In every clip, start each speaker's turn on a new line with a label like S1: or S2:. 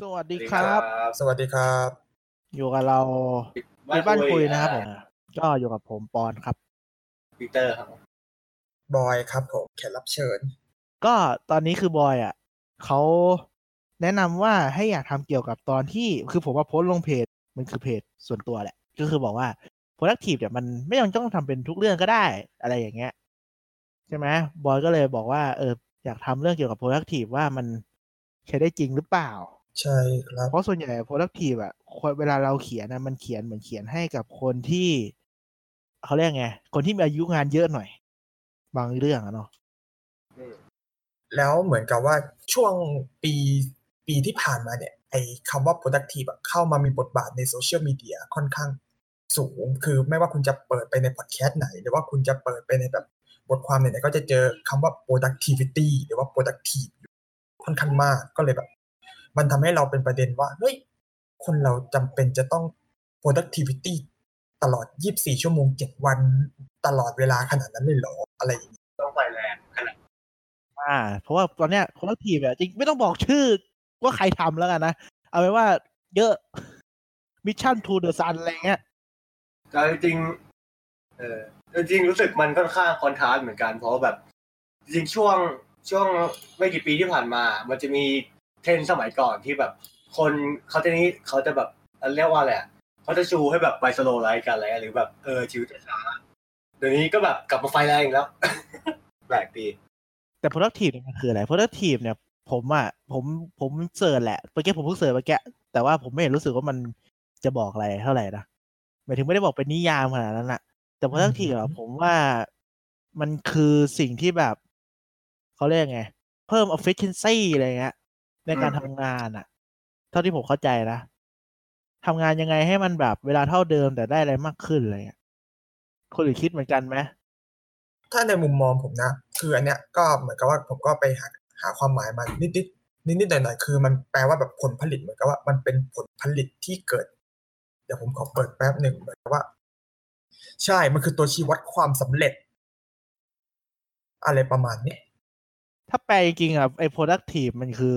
S1: สวัสดีครับ
S2: สวัสดีครับ
S1: อยู่กับเรา
S3: วั
S1: ในบ้านคุยนะครับผมก็อยู่กับผมปอนครับ
S3: ปีเตอร์ครับผม
S2: บอยครับผมแขกรับเชิญ
S1: ก็ตอนนี้คือบอยอ่ะเขาแนะนำว่าให้อยากทำเกี่ยวกับตอนที่คือผมว่าโพสต์ลงเพจมันคือเพจส่วนตัวแหละ ก็คือบอกว่า productive เนี่ยมันไม่จำต้องทำเป็นทุกเรื่องก็ได้อะไรอย่างเงี้ยใช่ไหมบอยก็เลยบอกว่าเอออยากทำเรื่องเกี่ยวกับ productive ว่ามันใช้ได้จริงหรือเปล่า
S2: ใช่ครับ
S1: เพราะส่วนใหญ่ productive อะคนเวลาเราเขียนนะมันเขียนเหมือนเขียนให้กับคนที่เขาเรียกไง คนที่มีอายุงานเยอะหน่อย บางเรื่องอะเนาะ
S2: แล้วเหมือนกับว่าช่วงปีปีที่ผ่านมาเนี่ย ไอ้คำว่า productive อะเข้ามามีบทบาทในโซเชียลมีเดียค่อนข้างสูง คือไม่ว่าคุณจะเปิดไปในพอดแคสต์ไหน หรือว่าคุณจะเปิดไปในแบบบทความไหนๆก็จะเจอคำว่า productivity หรือว่า productive อยู่ค่อนข้างมากก็เลยแบบ มันทำให้เราเป็นประเด็นว่าเฮ้ยคนเราจำเป็นจะต้อง productivity ตลอด 24 ชั่วโมง 7 วันตลอดเวลาขนาดนั้นเลยเหรออะไรอย่างเงี้ย
S3: ต้องไฟแรงขนาด
S1: อ่า เพราะว่าตอนเนี้ย productive อะจริงไม่ต้องบอกชื่อว่าใครทำแล้วกันนะ เอาไว้ว่าเยอะ mission to the sun อะไรเงี้ย
S3: ก็จริงๆเออจริงๆรู้สึกมันค่อนข้างคอนทราสต์เหมือนกัน เพราะว่าแบบ จริงๆช่วงช่วงไม่กี่ปีที่ผ่านมา มันจะมีเทรนด์สมัยก่อนที่แบบ คนเขาจะนี้เขาจะแบบเรียกว่าอะไรอะเขาจะชูให้แบบไปสโลไลฟ์กันอะไรอะหรือแบบเออชีวิตช้าๆเดี๋ยวนี้ก็แบบกลับมาไฟแรงอีกแล้ว แปลกดี
S1: แต่ productive เนี่ยมันคืออะไร productive เนี่ย ผมอ่ะผมผมเสิร์ชแหละเมื่อกี้ผมเพิ่งเสิร์ชเมื่อกี้แต่ว่าผมไม่เห็นรู้สึกว่ามันจะบอกอะไรเท่าไหร่นะหมายถึงไม่ได้บอกเป็นนิยามขนาดนั้นอะแต่ productive อะ
S2: อืม
S1: ผมว่ามันคือสิ่งที่แบบเขาเรียกไง เพิ่ม efficiency อะไรเงี้ย ในการทำงานอะเท่าที่ผมเข้าใจนะทำงานยังไงให้มันแบบเวลาเท่าเดิมแต่ได้อะไรมากขึ้นอะไรเงี้ยคนอื่นคิดเหมือนกันไหม
S2: ถ้าในมุมมองผมนะ คืออันเนี้ยก็เหมือนกับว่าผมก็ไปหาหาความหมายมานิดนิดนิดนิดๆหน่อยหน่อยๆคือมันแปลว่าแบบผลผลิตเหมือนกับว่ามันเป็นผลผลิตที่เกิด เดี๋ยวผมขอเปิดแป๊บหนึ่งเหมือนกับว่า ใช่มันคือตัวชี้วัดความสำเร็จ อะไรประมาณเนี้ย
S1: ถ้าแปลจริงๆอ่ะไอ้ productive มันคือ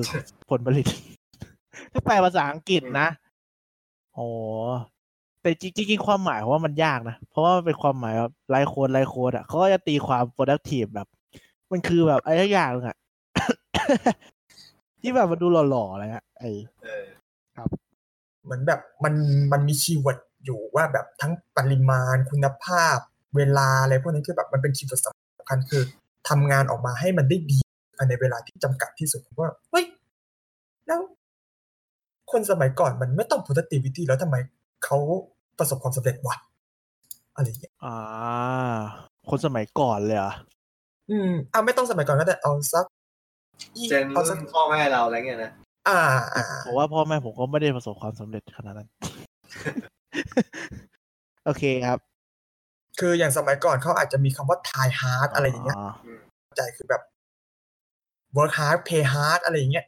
S1: ผลผลิต ถ้าแปลภาษาอังกฤษนะ โอ้แต่จริงจริงๆความหมายผมว่ามันยากนะ เพราะว่ามันเป็นความหมายแบบไลโคนไลโคนอ่ะเขาก็จะตีความ productive แบบ มันคือแบบอะไรสักอย่างหนึงอ่ะ ที่แบบมันดูหล่อๆอะไรเงี้ยเออ
S3: เออ
S2: เหมือนแบบมันมันมีคีย์เวิร์ดอยู่ว่าแบบทั้งปริมาณคุณภาพ เวลาอะไรพวกนี้คือแบบมันเป็นคีย์เวิร์ดสำคัญคือทำงานออกมาให้มันได้ดีภายในเวลาที่จำกัดที่สุดผมว่าเฮ้ย แล้ว คนสมัยก่อนมันไม่ต้อง productivity แล้วทำไมเขาประสบความสำเร็จวะอะไรอย่างเงี้ย
S1: อ่า คนสมัยก่อนเลยเหรอ่ะ
S2: อืมอ่าไม่ต้องสมัยก่อนก็ได้เอาสัก
S3: เจน
S2: เอาสั
S3: รุ่น
S2: ก
S3: พ่อแม่เราอะไรเงี้ยนะ
S2: อ่าอ่า
S1: ผมว่าพ่อแม่ผมก็ไม่ได้ประสบความสำเร็จขนาด นั้น โอเคครับ
S2: คืออย่างสมัยก่อนเขาอาจจะมีคำว่า try hard อะไรอย่างเงี้ย
S1: า
S2: ใจคือแบบ work hard play hard อะไรอย่างเงี้ย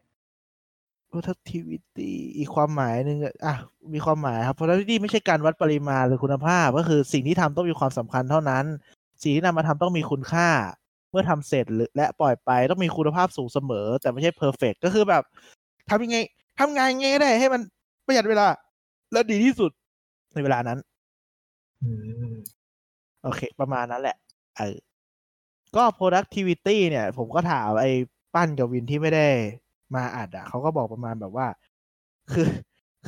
S1: productivity อีกความหมายหนึ่งอะอ่ะมีความหมายครับ productivity ไม่ใช่การวัดปริมาณหรือคุณภาพ ก็คือสิ่งที่ทำต้องมีความสำคัญเท่านั้น สิ่งที่นำมาทำต้องมีคุณค่า เมื่อทำเสร็จหรือและปล่อยไปต้องมีคุณภาพสูงเสมอ แต่ไม่ใช่ perfect ก็คือแบบทำยังไงทำงานยังไงก็ได้ให้มันประหยัดเวลา และดีที่สุดในเวลานั้น
S2: อืม
S1: โอเค ประมาณนั้นแหละเออก็ productivity เนี่ย ผมก็ถามไอ้ปั้นกับวินที่ไม่ได้มาอัดอ่ะเขาก็บอกประมาณแบบว่า คือ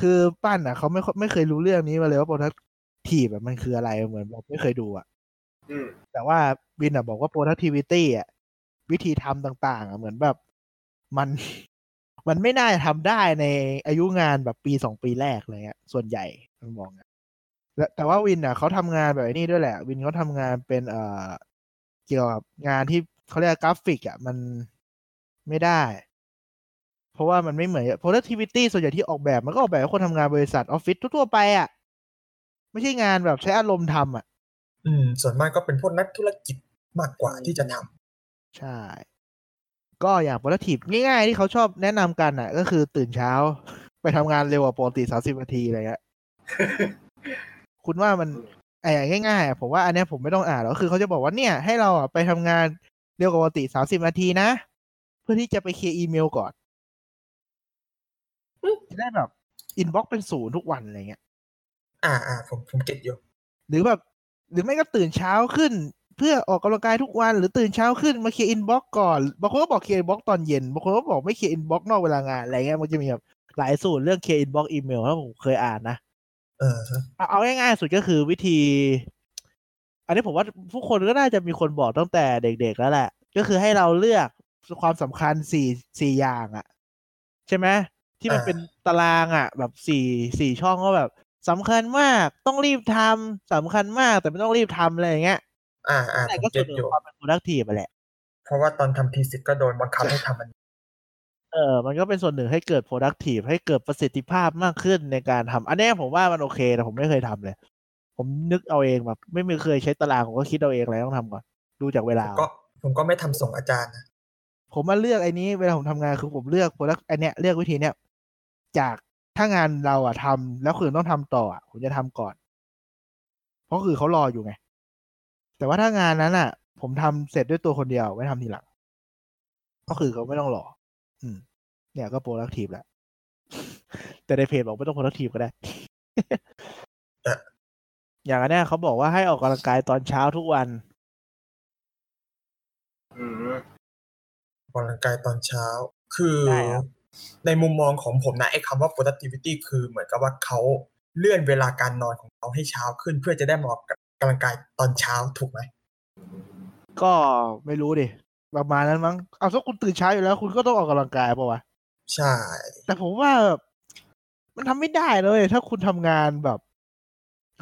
S1: คือปั้นอ่ะเขาไม่ค่อยไม่เคยรู้เรื่องนี้มาเลยว่า productive แบบมันคืออะไรเหมือนแบบไม่เคยดูอ่ะ
S3: อืม
S1: แต่ว่าวินอ่ะบอกว่า productivity อ่ะวิธีทำต่าง ๆ อ่ะเหมือนแบบมัน มันไม่น่าจะทำได้ในอายุงานแบบปีสองปีแรกอะไรเงี้ย ส่วนใหญ่มันมองงั้นแล้วแต่ว่าวินอ่ะเขาทำงานแบบไอ้นี้ด้วยแหละ วินเขาทำงานเป็นเอ่อเกี่ยวกับงานที่เขาเรียกกราฟิก อ่ะ มันไม่ได้ เพราะว่ามันไม่เหมือน productivity ส่วนใหญ่ที่ออกแบบมันก็ออกแบบให้คนทำงานบริษัทออฟฟิศทั่วๆไปอ่ะไม่ใช่งานแบบใช้อารมณ์ทำอ่ะ
S2: อืม ส่วนมากก็เป็นพวกนักธุรกิจมากกว่าที่จะทำ
S1: ใช่ ก็อย่าง productive ง่ายๆ ที่เขาชอบแนะนำกันอ่ะ ก็คือตื่นเช้า ไปทำงานเร็วกว่าปกติสามสิบนาทีอะไรเงี้ย คุณว่า มันไอ้อย่างง่ายๆอะผมว่าอันเนี้ยผมไม่ต้องอ่านแล้วคือเขาจะบอกว่าเนี่ยให้เราอะไปทำงานเร็วกว่าปกติสามสิบนาทีนะ เพื่อที่จะไปเคลียร์อีเมลก่อน จะได้แบบอินบ็อกเป็นศูนย์ทุกวันอะไรเงี้ย
S2: อ่าอ่าผมผมเก็ตอยู่
S1: หรือแบบหรือไม่ก็ตื่นเช้าขึ้น เพื่อออกกำลังกายทุกวัน หรือตื่นเช้าขึ้นมาเคลียร์อินบ็อกก่อนบางคนก็บอกเคลียร์อินบ็อกตอนเย็นบางคนก็บอกไม่เคลียร์อินบ็อกนอกเวลางานอะไรเงี้ยมันจะมีแบบหลายสูตรเรื่องเคลียร์อินบ็อกอีเมลถ้าผมเคยอ่านนะ
S2: เออฮะ
S1: เอาเอาง่ายๆสุดก็คือวิธี อันนี้ผมว่าผู้คนก็น่าจะมีคนบอกตั้งแต่เด็กๆแล้วแหละ ก็คือให้เราเลือกความสำคัญสี่สี่อย่างอะใช่ไหมที่มันเป็นตารางอะแบบสี่สี่ช่องก็แบบสำคัญมากต้องรีบทำสำคัญมากแต่ไม่ต้องรีบทำอะไรอย่างเงี้ย
S2: อ่าอ่า
S1: แต่
S2: ผม
S1: ก็ส่
S2: เก็
S1: วนห
S2: ต
S1: นึ่งข
S2: อยู่
S1: องความเป็น productive อะแหละ
S2: เพราะว่าตอนทำทีสิทธ์ก็โดนบังคับให้ทำอันนี้
S1: เออ มันก็เป็นส่วนหนึ่งให้เกิด productive ให้เกิดประสิทธิภาพมากขึ้นในการทำ อันเนี้ยผมว่ามันโอเคแต่ผมไม่เคยทำเลย ผมนึกเอาเองแบบ ไม่มีเคยใช้ตารางผมก็คิดเอาเองอะไรต้องทำก่อน ดูจากเว
S2: ผ
S1: ลา
S2: มก็ผมก็ไม่ทำส่งอาจารย์นะ
S1: ผมมาเลือกไอ้นี้เวลาผมทำงานคือผมเลือก product อันเนี้ยเลือกวิธีเนี้ยจากถ้างานเราอะทำแล้วคนอื่นต้องทำต่ออะผมจะทำก่อน เพราะคือเขารออยู่ไง แต่ว่าถ้างานนั้นอะผมทำเสร็จด้วยตัวคนเดียวไว้ทำทีหลังก็คือเขาไม่ต้องรอ อืม เนี่ยก็ productive แล้ว แต่ในเพจบอกไม่ต้อง productive ก็ได้ อย่างอันเนี้ยเขาบอกว่าให้ออกกำลังกายตอนเช้าทุกวัน
S3: อืม
S2: ออกกำลังกายตอนเช้า คือ
S1: ได้ครับ
S2: ในมุมมองของผมนะไอ้คำว่า productivity คือเหมือนกับว่าเขาเลื่อนเวลาการนอนของเขาให้เช้าขึ้น เพื่อจะได้มาออกกำลังกายตอนเช้าถูกไหม
S1: ก็ไม่รู้ดิประมาณนั้นมั้งเอาถ้าคุณตื่นเช้าอยู่แล้ว คุณก็ต้องออกกำลังกายเปล่าวะ
S2: ใช่
S1: แต่ผมว่าแบบมันทำไม่ได้เลยถ้าคุณทำงานแบบ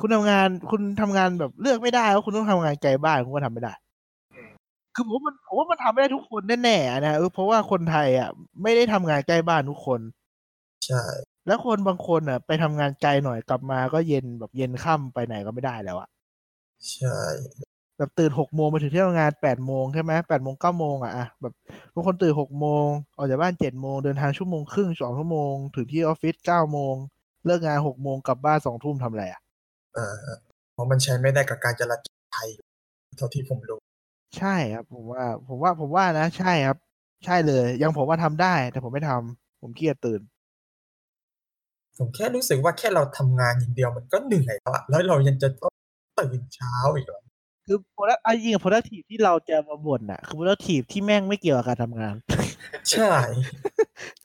S1: คุณทำงาน คุณทำงานแบบเลือกไม่ได้ว่าคุณต้องทำงานไกลบ้านคุณก็ทำไม่ได้ คือผมว่ามันผมว่ามันทำไม่ได้ทุกคนแน่ๆนะเออเพราะว่าคนไทยอ่ะ ไม่ได้ทำงานใกล้บ้านทุกคน
S2: ใช่
S1: แล้วคนบางคนอ่ะ ไปทำงานไกลหน่อยกลับมาก็เย็นแบบเย็นค่ำไปไหนก็ไม่ได้แล้วอะ
S2: ใช่
S1: แบบตื่นหกโมงมาถึงที่ทำงานแปดโมงใช่ไหมแปดโมงเก้าโมงอ่ะอะแบบบางคนตื่นหกโมงออกจากบ้านเจ็ดโมงเดินทางชั่วโมงครึ่งสองชั่วโมง ถึงที่ออฟฟิศเก้าโมงเลิกงานหกโมงกลับบ้านสองทุ่มทำอะไรอ่ะ
S2: เออเพราะมันใช้ไม่ได้กับการจราจรไทยเท่าที่ผมรู้
S1: ใช่ครับผมว่า ผมว่าผมว่านะ ใช่ครับ ใช่เลย ยังผมว่าทำได้ แต่ผมไม่ทำผมเกียจตื่น
S2: ผมแค่รู้สึกว่าแค่เราทำงานอย่างเดียวมันก็เหนื่อยแล้วอะแล้วเรายังจะต้องตื่นเช้าอีกเหรอ
S1: คือโปรดักต์จริงโปรดักทีที่เราจะมาบ่นอ่ะ คือโปรดักทีที่แม่งไม่เกี่ยวกับการทำงาน
S2: ใช่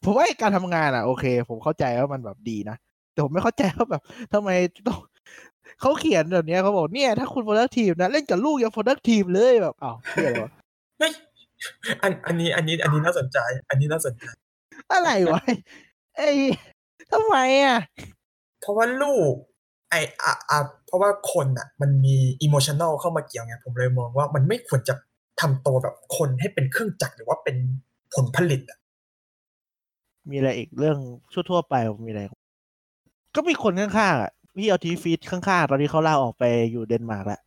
S1: ผมว่าไอ้การทำงานอ่ะโอเค ผมเข้าใจว่ามันแบบดีนะ แต่ผมไม่เข้าใจว่าแบบทำไมต้องเขาเขียนแบบเนี้ยเขาบอกเนี่ย ถ้าคุณ productive นะ เล่นกับลูกยัง productive เลยแบบอ้าวเหียอะไรวะ
S2: เฮ้ยอันอันนี้อันนี้อันนี้น่าสนใจ อันนี้น่าสนใจ
S1: อะไรวะไอ้ทำไมอ่ะ
S2: เพราะว่าลูกไออะอะเพราะว่าคนอ่ะ มันมีอิโมชันแนลเข้ามาเกี่ยวไงผมเลยมองว่ามันไม่ควรจะทำตัวแบบคนให้เป็นเครื่องจักรหรือว่าเป็นผลผลิตอะ
S1: มีอะไรอีกเรื่องทั่วๆไปผมมีอะไร ก็มีคนข้างๆอ่ะพี่เอาทีฟีดข้างๆ ตอนนี้เขาลาออกไปอยู่เดนมาร์กแล้ว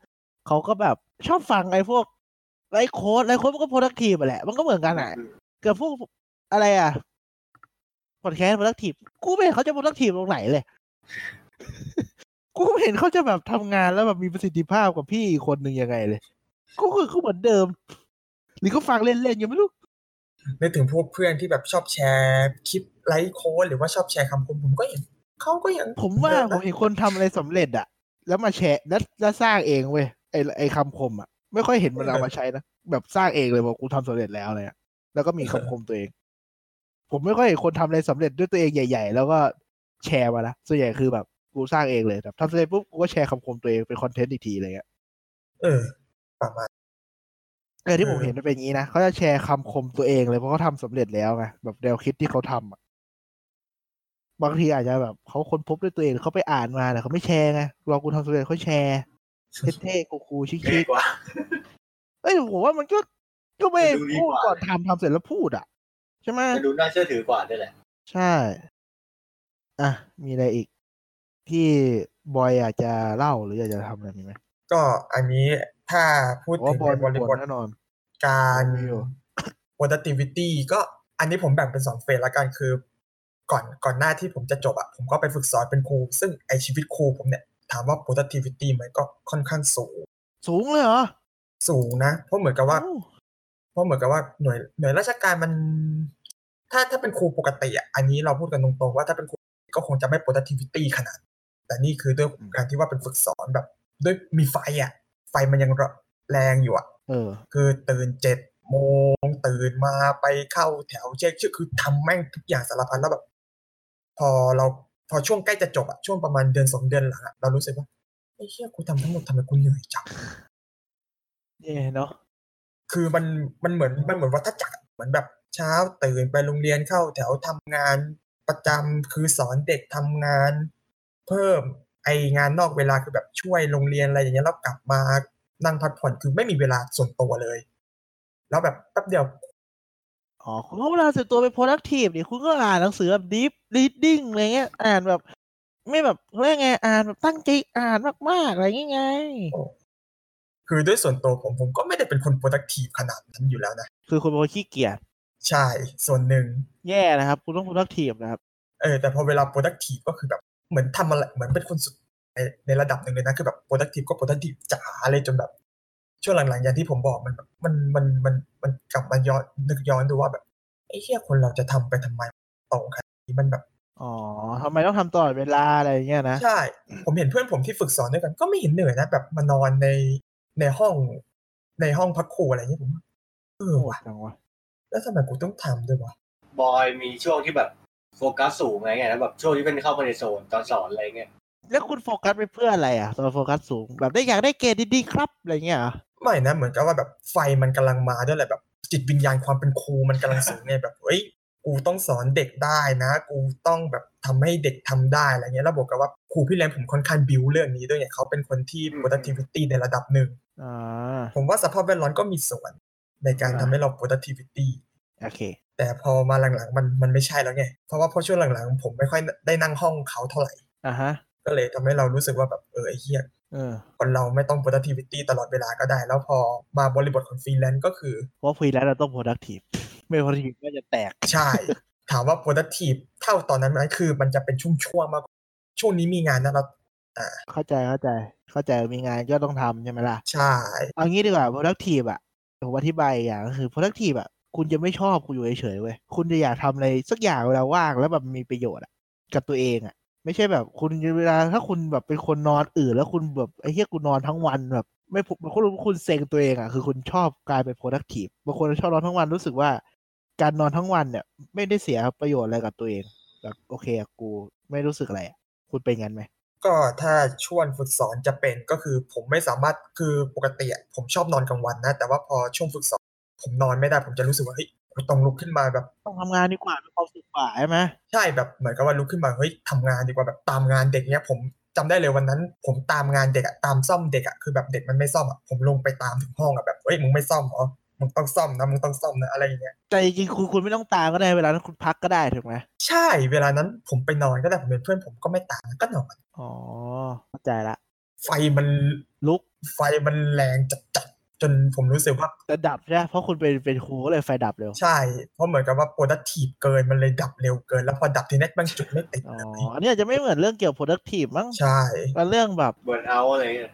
S1: เขาก็แบบชอบฟังไอ้พวกไลฟ์โค้ดไลฟ์โค้ดมันก็ productive อะแหละมันก็เหมือนกันอ่ะ เกือบพวกอะไรอ่ะพอดแคสต์ productive กูไม่เห็นเขาจะ productive ตรงไหนเลย กูไม่เห็นเขาจะแบบทำงานแล้วแบบมีประสิทธิภาพกว่าพี่อีกคนหนึ่งยังไงเลย กูคือกูเหมือนเดิม หรือก็ฟังเล่นๆยังไม่รู้
S2: นึกถึงพวกเพื่อนที่แบบชอบแชร์คลิปไลฟ์โค้ดหรือว่าชอบแชร์คำคมผมก็เห็นเขาก็ยัง
S1: ผมว่าผมเห็นคนทำอะไรสำเร็จอะแล้วมาแชร์แล้วแล้วสร้างเองเว้ยไอไอคำคมอะไม่ค่อยเห็นมันเอามาใช้นะแบบสร้างเองเลยบอกกูทำสำเร็จแล้วอะไรเลยแล้วก็มีคำคมตัวเอง ผมไม่ค่อยเห็นคนทำอะไรสำเร็จด้วยตัวเองใหญ่ ๆ แล้วก็แชร์มานะส่วนใหญ่คือแบบกูสร้างเองเลยแบบทำสำเร็จปุ๊บกูก็แชร์คำคมตัวเองเป็นคอนเทนต์อีกทีอะไรเลยอะ
S2: เออ ประมาณ
S1: เออที่ผม
S2: เออ
S1: เห็นมันเป็นอย่างนี้นะเขาจะแชร์คำคมตัวเองเลยเพราะเขาทำสำเร็จแล้วไงแบบแนวคิดที่เขาทำอะบางทีอาจจะแบบเขาค้นพบด้วยตัวเองหรือเขาไปอ่านมาแต่เขาไม่แชร์ไงรอกูทำสำเร็จเขาแชร์ เท่ๆคูลๆชิ
S3: ดี
S1: ค
S3: กว่า
S1: ๆเอ้ยผมว่ามันก็ก็ไม่
S3: ดูดี
S1: พูด
S3: กว่า
S1: ก่อนทำทำเสร็จแล้วพูดอ่ะ ใช่ไหม
S3: มันดูน่าเชื่อถือกว่าด้วยแหละ
S1: ใช่ อ่ะ มีอะไรอีก ที่บอยอยากจะเล่าหรืออยากจะทำอะไรมีไหม
S2: ก็อันนี้ถ้าพูด
S1: ผม
S2: ถึ
S1: ว่างบอย
S2: ใน
S1: บบ ริบบ ท
S2: ริท
S1: แน่นอน
S2: การ
S1: มีอยู่
S2: productivity ก็อันนี้ผมแบ่งเป็นสองเฟสละกันคือ ก่อนก่อนหน้าที่ผมจะจบอะผมก็ไปฝึกสอนเป็นครู ซึ่งไอชีวิตครูผมเนี่ย ถามว่า productivity มันก็ค่อนข้างสูง
S1: สูงเลยเหรอ
S2: สูงนะ เพราะเหมือนกับว่า
S1: โอ้
S2: เพราะเหมือนกับว่าหน่วยหน่วยราชการมัน ถ้าถ้าเป็นครูปกติอ่ะอันนี้เราพูดกันตรงๆว่าถ้าเป็นครูก็คงจะไม่ productivity ขนาด แต่นี่คือด้วยการที่ว่าเป็นฝึกสอนแบบ ด้วยมีไฟอ่ะ ไฟมันยังแรงอยู่อ่ะ
S1: เออ
S2: คือตื่นเจ็ดโมงตื่นมาไปเข้าแถวเช็คชื่อคือทำแม่งทุกอย่างสารพัดแล้วแบบ พอเราพอช่วงใกล้จะจบอะช่วงประมาณเดือนสองเดือนหลังอะเรารู้สึกว่าไอ้เชี่ยกูทำทั้งหมดทำไมกูเหนื่อยจัง
S1: เย่เนาะ
S2: คือมันมันเหมือนมันเหมือนวัฏจักรอะเหมือนแบบเช้าตื่นไปโรงเรียนเข้าแถวทำงานประจำคือสอนเด็กทำงาน เพิ่มไองานนอกเวลาคือแบบช่วยโรงเรียนอะไรอย่างเงี้ยแล้วกลับมานั่งพักผ่อนคือไม่มีเวลาส่วนตัวเลย แล้วแบบแป๊บเดียว
S1: อ๋อคุณก็เวลาส่วนตัวไป productive ดิคุณก็อ่านหนังสือแบบ deep reading อะไรเงี้ย อ่านแบบ ไม่แบบเขาเรียกไงอ่านแบบตั้งใจอ่านมากๆอะไรเงี้ยไง
S2: คือด้วยส่วนตัวผมผมก็ไม่ได้เป็นคน productive ขนาดนั้นอยู่แล้วนะ
S1: คือคุณเป็นคนขี้เกียจ
S2: ใช่ส่วนหนึ่ง
S1: แย่นะครับ คุณต้อง productive นะครับ
S2: เออแต่พอเวลา productive ก็คือแบบเหมือนทำอะไรเหมือนเป็นคนสุดในในระดับหนึ่งเลยนะ คือแบบ productive ก็ productive จ๋าเลยจนแบบ ช่วงหลังๆอย่างที่ผมบอกมันแบบมันมันมันมันกลับมาย้อนนึกย้อนดูว่าแบบไอ้เหี้ยคนเราจะทำไปทำไมตรงขนาดนี้มันแบบ
S1: อ๋อทำไมต้องทำตลอดเวลาอะไรเงี้ยนะ
S2: ใช่ ผมเห็นเพื่อนผมที่ฝึกสอนด้วยกัน ก็ไม่เห็นเหนื่อยนะแบบมานอนในในห้องในห้องพักครูอะไรอย่างเงี้ยผมว่าเออ
S1: โหด
S2: ว่ะ
S1: จังวะ
S2: แล้วทำไมกูต้องทำด้วยวะ
S3: บอยมีช่วงที่แบบโฟกัสสูงไงไงแล้วแบบช่วงที่เป็นเข้ามาในโซนตอนสอนอะไรเงี้ย
S1: แล้วคุณโฟกัสไปเพื่ออะไรอ่ะตอนโฟกัสสูง แบบได้อยากได้เกรดดีๆครับอะไรเงี้ยเหรอ
S2: ไม่นะเหมือนกับว่าแบบไฟมันกำลังมาด้วยแหละแบบ จิตวิญญาณความเป็นครูมันกำลังสูงไงแบบเอ้ยกูต้องสอนเด็กได้นะ กูต้องแบบทำให้เด็กทำได้อะไรเงี้ยแล้วบอกกับว่าครูพี่แรมผมค่อนข้างบิวเรื่องนี้ด้วยเนี่ยเขาเป็นคนที่ productivity ในระดับหนึ่ง
S1: อ่า
S2: ผมว่าสภาพแวดล้อมก็มีส่วนในการทำให้เรา productivity
S1: โอเค
S2: แต่พอมาหลังๆมันมันไม่ใช่แล้วไงเพราะว่าพอช่วงหลังๆ ผมไม่ค่อยได้นั่งห้องเขาเท่าไหร่
S1: อ่ะฮะ
S2: ก็เลยทำให้เรารู้สึกว่าแบบเออไอ้เหี้ย
S1: เออ
S2: คนเราไม่ต้อง productivity ตลอดเวลาก็ได้ แล้วพอมาบริบทของฟรีแลนซ์ก็คือ
S1: เพราะฟรีแล้วเราต้อง productive ไม่ productive ก็จะแตก
S2: ใช่ ถามว่า productive เท่าตอนนั้นไหมคือ มันจะเป็นช่วงๆมากกว่าช่วงนี้มีงานนะเรา
S1: เข้าใจ เข้าใจ เข้าใจ มีงานก็ต้องทำใช่ไหมล่ะ
S2: ใช่
S1: เอางี้ดีกว่า productive อ่ะผมอธิบายอกอย่างก็คือ productive อ่ะ คุณจะไม่ชอบคุณอยู่เฉยๆเว้ย คุณจะอยากทำอะไรสักอย่างเวลาว่างแล้วแบบมีประโยชน์อ่ะ กับตัวเองอ่ะ ไม่ใช่แบบคุณเวลาถ้าคุณแบบเป็นคนนอนอื่น แล้วคุณแบบไอ้เหี้ยกูนอนทั้งวันแบบ ไม่ผมคุณรู้ว่าคุณเซ็งตัวเองอ่ะคือคุณชอบกลายเป็น productive บางคนชอบนอนทั้งวันรู้สึกว่า การนอนทั้งวันเนี่ย ไม่ได้เสียประโยชน์อะไรกับตัวเองแบบโอเคอะกูไม่รู้สึกอะไรอะคุณเป็นงั้นไหม
S2: ก็ถ้าช่วงฝึกสอนจะเป็นก็คือผมไม่สามารถคือปกติอะผมชอบนอนกลางวันนะ แต่ว่าพอช่วงฝึกสอน ผมนอนไม่ได้ผมจะรู้สึกว่าเฮ้ยกูต้องลุกขึ้นมาแบบ
S1: ต้องทำงานดีกว่ามีความสุขกว่าใช่ไหม
S2: ใช่แบบเหมือนกับว่าลุกขึ้นมาเฮ้ยทำงานดีกว่าแบบตามงานเด็กเนี้ยผมจำได้เลยวันนั้น ผมตามงานเด็กอะตามซ่อมเด็กอะคือแบบเด็กมันไม่ซ่อมอะผมลงไปตามถึงห้องอะแบบเฮ้ยมึงไม่ซ่อมเหรอมึงต้องซ่อมนะมึงต้องซ่อมนะอะไรอย่างเงี้ย
S1: แต่จริงๆคุณคุณไม่ต้องตามก็ได้เวลานั้นคุณพักก็ได้ถูกไหม
S2: ใช่เวลานั้นผมไปนอนก็ได้ผมเป็นเพื่อนผมก็ไม่ตามก็นอน
S1: อ๋อเข้าใจละ
S2: ไฟมัน
S1: ลุก
S2: ไฟมันแรงจัดๆจนผมรู้สึกว่า
S1: แต่ดับใช่ไหมเพราะคุณเป็นเป็นครูก็เลยไฟดับเร็ว
S2: ใช่ เพราะเหมือนกับว่าโปรดักทีฟเกินมันเลยดับเร็วเกิน แล้วพอดับทีแรกมันจุดไม่ติด
S1: อ๋อ
S2: เลย
S1: อันนี้อาจจะไม่เหมือนเรื่องเกี่ยว productive มั้ง
S2: ใช่
S1: มันเรื่องแบบ
S3: เบิร์นเอาอะไรเงี้ย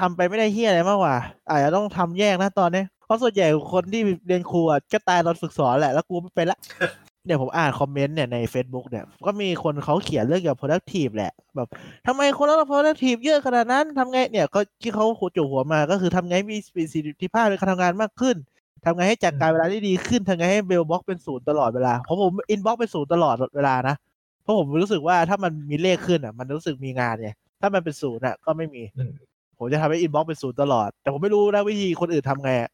S1: ทำไปไม่ได้เฮียอะไรมากกว่า อาจจะต้องทำแยกนะตอนนี้ เพราะส่วนใหญ่คนที่เรียนครูอะก็ตายตอนฝึกสอนแหละ แล้วกูไม่เป็นละ เนี่ยผมอ่านคอมเมนต์เนี่ยใน Facebook เนี่ย ก็มีคนเขาเขียนเรื่องเกี่ยวกับ productive แหละ แบบทำไมคนเรา productive เยอะขนาดนั้นทำไง เนี่ยก็ที่เขาขุดจู่หัวมาก็คือทำไงให้มีประสิทธิภาพในการทำงานมากขึ้น ทำไงให้จัดการเวลาได้ดีขึ้น ทำไงให้เบลบล็อกเป็นศูนย์ตลอดเวลา เพราะผมอินบล็อกเป็นศูนย์ตลอดเวลานะ เพราะผมรู้สึกว่าถ้ามันมีเลขขึ้นอ่ะ มันรู้สึกมีงานไง ถ้ามันเป็นศูนย์อ่ะก็ไม่มี
S2: อืม
S1: ผมจะทำให้อินบ x เป็นศูนย์ตลอด แต่ผมไม่รู้นะวิธีคนอื่นทำไงอะ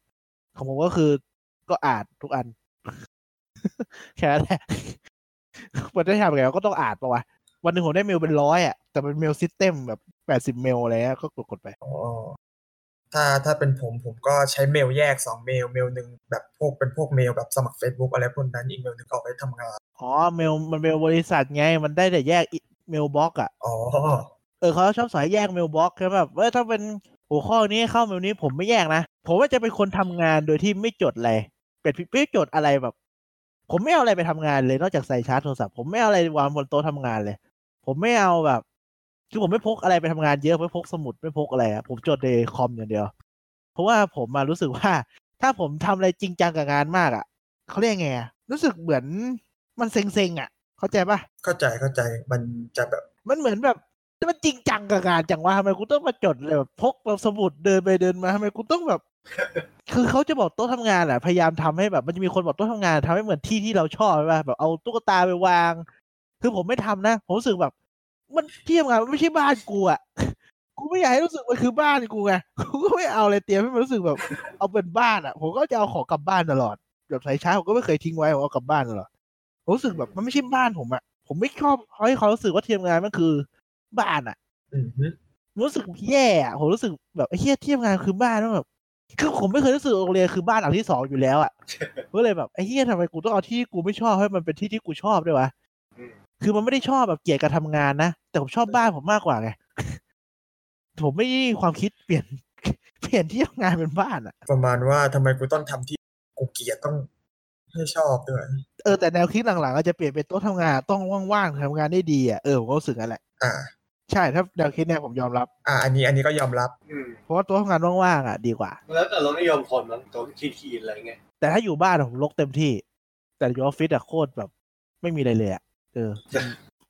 S1: ของผมก็คือก็อ่านทุกอัน แค่นั้นแหละมันได้ทำไงก็ต้องอ่านปะวะ วันหนึ่งผมได้เมลเป็นร้อยอ่ะ แต่เป็นเมลซิสเต็มแบบแปดสิบ80 เมลอะไรเงี้ยก็กดกดๆไป
S2: อ๋อถ้าถ้าเป็นผมผมก็ใช้เมลแยกสองเมลเมลหนึ่งแบบพวกเป็นพวกเมลแบบสมัคร Facebook อะไรพวกนั้นอีกเมลหนึ่งเอาไว้ทำงาน
S1: อ๋อเมลมันเมลบริษัทไง มันได้แต่แยกเมลบ็อกอ่ะ
S2: อ๋อ
S1: เออเขาชอบสายแยกเมลบ็อกใช่แบบเออถ้าเป็นหัวข้อนี้เข้าเมลนี้ผมไม่แยกนะ ผมว่าจะเป็นคนทำงานโดยที่ไม่จดอะไรเป็ดพิไม่จดอะไรแบบ ผมไม่เอาอะไรไปทำงานเลยนอกจากใส่ชาร์จโทรศัพท์ผมไม่เอาอะไรวางบนโต๊ะทำงานเลย ผมไม่เอาแบบคือผมไม่พกอะไรไปทำงานเยอะไม่พกสมุดไม่พกอะไรอะผมจดในคอมอย่างเดียว เพราะว่าผมมารู้สึกว่า ถ้าผมทำอะไรจริงจังกับงานมากอะเขาเรียกไงอะรู้สึกเหมือน มันเซ็งๆอ่ะ เข้าใจปะ
S2: เข้าใจเข้าใจมันจะแบบ
S1: มันเหมือนแบบมันจริงจังกับงานจังว่าทำไมกูต้องมาจดเลยแบบพกแบบสมุดเดินไปเดินมาทำไมกูต้องแบบ คือเขาจะบอกโต๊ะทำงานแหละพยายามทำให้แบบ มันจะมีคนบอกโต๊ะทำงานทำให้เหมือนที่ที่เราชอบใช่ปะแบบเอาตุ๊กตาไปวาง คือผมไม่ทำนะ ผมรู้สึกแบบ มันที่ทำงานมันไม่ใช่บ้านกูอ่ะ กูไม่อยากให้รู้สึกมันคือบ้านกูไง กูก็ไม่เอาอะไรเตรียมให้มันรู้สึกแบบ เอาเป็นบ้านอ่ะ ผมก็จะเอาของกลับบ้านตลอดแบบสายชาร์จผมก็ไม่เคยทิ้งไว้ผมเอากลับบ้านตลอดผมรู้สึกแบบมันไม่ใช่บ้านผมอ่ะผมไม่ชอบให้เขารู้สึกว่าที่ทำงานมันคือบ้านอ่ะ
S2: อืมฮึ
S1: รู้สึกแย่อะผมรู้สึกแบบไอ้เฮียเทียบงานคือบ้านแล้วแบบคือผมไม่เคยรู้สึกโรงเรียนคือบ้านหลังที่สองอยู่แล้วอะ ก็เลยแบบไอ้เฮียทำไมกูต้องเอาที่กูไม่ชอบให้มันเป็นที่ที่กูชอบด้วยวะ
S3: อืม
S1: คือมันไม่ได้ชอบแบบเกลียดการทำงานนะแต่ผมชอบบ้านผมมากกว่าไง ผมไม่ได้มีความคิดเปลี่ยน เปลี่ยนที่ทำงานเป็นบ้านอะ
S2: ประมาณว่าทำไมกูต้องทำที่กูเกลียดต้องให้ชอบด้วย
S1: เออแต่แนวคิดหลังๆอาจจะเปลี่ยนเป็นโต๊ะทำงานต้องว่างๆทำงานได้ดีอะเออผมก็รู้สึกนั่นแหละ
S2: อ่า
S1: ใช่ถ้าแนวคิดเนี่ยผมยอมรับ
S2: อ่า อันนี้อันนี้ก็ยอมรับ
S3: อืม
S1: เพราะว่าโต๊ะทำงานว่างๆอะดีกว่า
S3: แล้วแต่รสนิยมคนมั้งตัวคีดคีนอะไรเงี้ย
S1: แต่ถ้าอยู่บ้านอะผมลกเต็มที่ แต่อยู่ออฟฟิศอะโคตรแบบ ไม่มีอะไรเลยอะเออ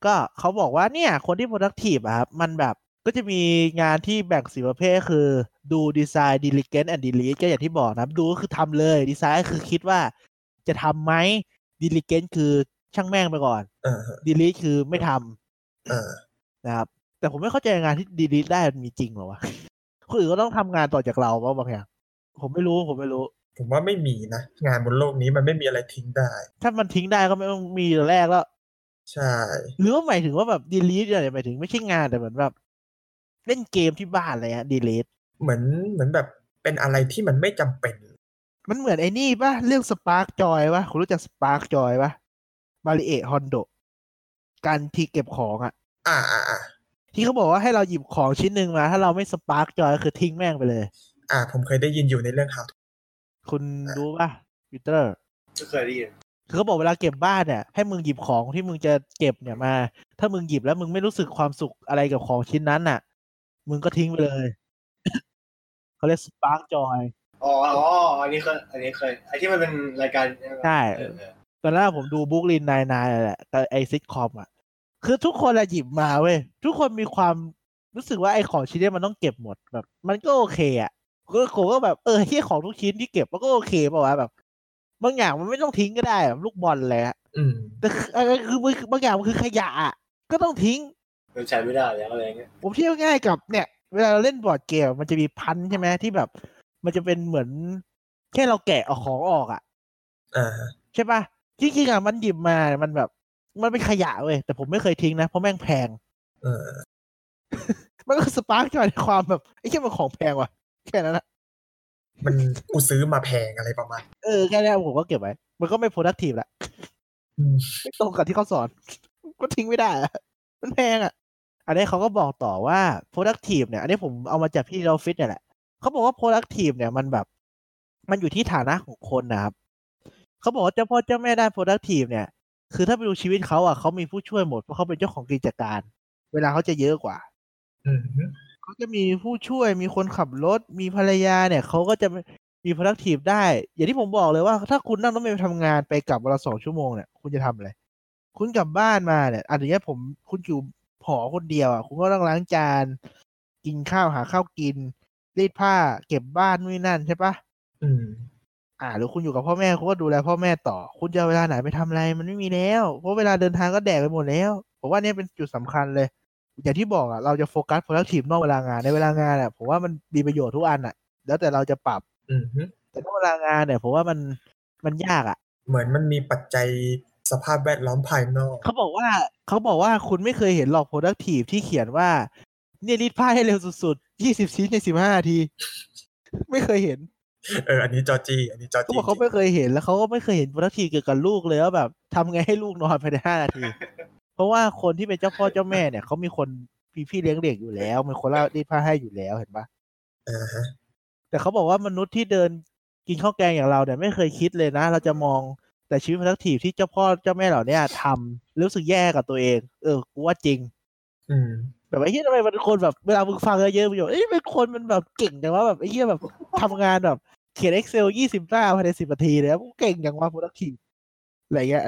S1: ก็เขาบอกว่าเนี่ย คนที่ productive อะครับ มันแบบก็จะมีงานที่แบ่งสีประเภทคือดูดีไซน์ diligence and delete ก็อย่างที่บอกนะครับ ดูก็คือทำเลยดีไซน์ก็คือคิดว่าจะทำไหม diligence คือช่างแม่งไปก่อน
S2: เออ
S1: delete คือไม่ทำ
S2: เออ
S1: นะครับ แต่ผมไม่เข้าใจงานที่ delete ได้มันมีจริงเหรอวะ คนอื่นก็ต้องทำงานต่อจากเราบ้างบางอย่างผมไม่รู้ผมไม่รู้
S2: ผมว่าไม่มีนะ งานบนโลกนี้มันไม่มีอะไรทิ้งได้
S1: ถ้ามันทิ้งได้ก็ไม่ต้องมีแต่แรกแล้ว
S2: ใช่
S1: หรือว่าหมายถึงว่าแบบดีลีทอะไรหมายถึงไม่ใช่งานแต่เหมือนแบบเล่นเกมที่บ้านอะไรฮะดีลีท
S2: เหมือนเหมือนแบบเป็นอะไรที่มันไม่จำเป็น
S1: มันเหมือนไอ้นี่ป่ะ เรื่องสปาร์กจอยป่ะ คุณรู้จักสปาร์กจอยป่ะมาริเอะฮอนโดการที่เก็บของอะ
S2: อ่าอ่าอ่า
S1: ที่เขาบอกว่าให้เราหยิบของชิ้นหนึ่งมา ถ้าเราไม่สปาร์กจอยคือทิ้งแม่งไปเลย
S2: อ่า ผมเคยได้ยินอยู่ในเรื่อง How to
S1: คุณรู้ป่ะปีเตอร์
S3: ก็เคยได้ยิน
S1: คือเขาบอกเวลาเก็บบ้านเนี่ยให้มึงหยิบของที่มึงจะเก็บเนี่ยมา ถ้ามึงหยิบแล้วมึงไม่รู้สึกความสุขอะไรกับของชิ้นนั้นน่ะ มึงก็ทิ้งไปเลย เขาเรียกสปาร์กจอย
S3: อ๋ออ๋ออันนี้เคยอันนี้เคยไอที่มันเป็นรายการ
S1: ใช่
S3: เออเออ
S1: ตอนแรกผมดูบุ๊กลินนายนายแหละแต่ไอซิทคอมอ่ะ คือทุกคนอะหยิบมาเว้ย ทุกคนมีความรู้สึกว่าไอของชิ้นเนี้ยมันต้องเก็บหมดแบบ มันก็โอเคอ่ะก็ผมก็แบบเออที่ของทุกชิ้นที่เก็บมันก็โอเคป่าวะแบบบางอย่างมันไม่ต้องทิ้งก็ได้แบบลูกบอลเลยอะ
S2: อืม
S1: แต่คือเออคือบางอย่างมันคือขยะอะก็ต้องทิ้ง
S3: มันใช้ไม่ได้แล้วอะไรเงี้ย
S1: ผมเที่ยวง่ายกับเนี่ย เวลาเราเล่นบอร์ดเกมมันจะมีพันธุ์ใช่ไหมที่แบบ มันจะเป็นเหมือน แค่เราแกะเอาของออกอะ
S2: อ่า
S1: ใช่ปะที่จริงอะมันหยิบมามันแบบ มันเป็นขยะเว้ยแต่ผมไม่เคยทิ้งนะเพราะแม่งแพง
S2: เออ
S1: มันก็สปาร์กจอยในความแบบไอ้แค่มันของแพงว่ะแค่นั้นอะ
S2: มันกูซื้อมาแพงอะไรประมาณ
S1: เออแค่นั้นผมก็เก็บไว้ มันก็ไม่ productive ละ
S2: อืม
S1: ไม่ตรงกับที่เขาสอน ก็ทิ้งไม่ได้อะ มันแพงอะอันนี้เขาก็บอกต่อว่า productive เนี่ย อันนี้ผมเอามาจากพี่เราฟิตเนี่ยแหละเขาบอกว่า productive เนี่ยมันแบบ มันอยู่ที่ฐานะของคนนะครับเขาบอกว่าเจ้าพ่อเจ้าแม่ด้าน productive เนี่ย คือถ้าไปดูชีวิตเขาอะเขามีผู้ช่วยหมดเพราะเขาเป็นเจ้าของกิจการ เวลาเขาจะเยอะกว่า
S2: อืม
S1: เขาจะมีผู้ช่วยมีคนขับรถ มีภรรยาเนี่ยเขาก็จะมี productive ได้ อย่างที่ผมบอกเลยว่าถ้าคุณนั่งรถเมล์ไปทำงานไปกลับวันละสองชั่วโมงเนี่ยคุณจะทำอะไร คุณกลับบ้านมาเนี่ยอันนี้ยผมคุณอยู่หอคนเดียวอ่ะ คุณก็ต้องล้างจาน กินข้าวหาข้าวกิน รีดผ้า เก็บบ้านนู่นนนั่นใช่ปะ
S2: อืม
S1: อ่า หรือคุณอยู่กับพ่อแม่คุณก็ดูแลพ่อแม่ต่อ คุณจะเอาเวลาไหนไปทำอะไร มันไม่มีแล้ว เพราะเวลาเดินทางก็แดกไปหมดแล้วผมว่าเนี่ยเป็นจุดสำคัญเลย อย่างที่บอกอ่ะเราจะโฟกัส productive นอกเวลางานในเวลางานอ่ะผมว่ามันมีประโยชน์ทุกอันอ่ะ แล้วแต่เราจะปรับ
S2: อืมฮึ
S1: แต่นอกเวลางานเนี่ยผมว่ามันมันยากอ่ะ
S2: เหมือนมันมีปัจจัยสภาพแวดล้อมภายนอก
S1: เขาบอกว่าเขาบอกว่าคุณไม่เคยเห็นหรอก productive ที่เขียนว่าเนี่ยรีดผ้าให้เร็วสุดๆ 20ชิ้นใน15นาที ไม่เคยเห็น
S2: เออ อันนี้จอจี้ อันนี้จอ
S1: เขา
S2: จี้
S1: บอกเขาไม่เคยเห็นแล้วเขาก็ไม่เคยเห็นวัฒนธรรมเกี่ยวกับลูกเลยว่าแบบทำไงให้ลูกนอนภายในห้านาที เพราะว่าคนที่เป็นเจ้าพ่อเจ้าแม่เนี่ยเขามีคนพี่พี่เลี้ยงเด็กอยู่แล้วมีคนเล่าดีดผ้าให้อยู่แล้วเห็นปะ
S2: อ่าฮะ
S1: แต่เขาบอกว่ามนุษย์ที่เดินกินข้าวแกงอย่างเราเนี่ยไม่เคยคิดเลยนะ เราจะมองแต่ชีวิตวัฒนธรรมที่เจ้าพ่อเจ้าแม่เหล่าเนี้ยทำรู้สึกแย่กับตัวเอง เออกูว่าจริง
S2: อืม
S1: แบบไอ้เหี้ยทำไมมันคนแบบเวลามึงฟังเยอะๆมึงแบบเอ้ยเป็นคนมันแบบเก่งจังว่าแบบไอ้เหี้ยแบบ ทำงานแบบเขียน Excel ยี่สิบหน้าภายในสิบนาทีเลยอะกูเก่งจังว่า productive อะไรเงี้ย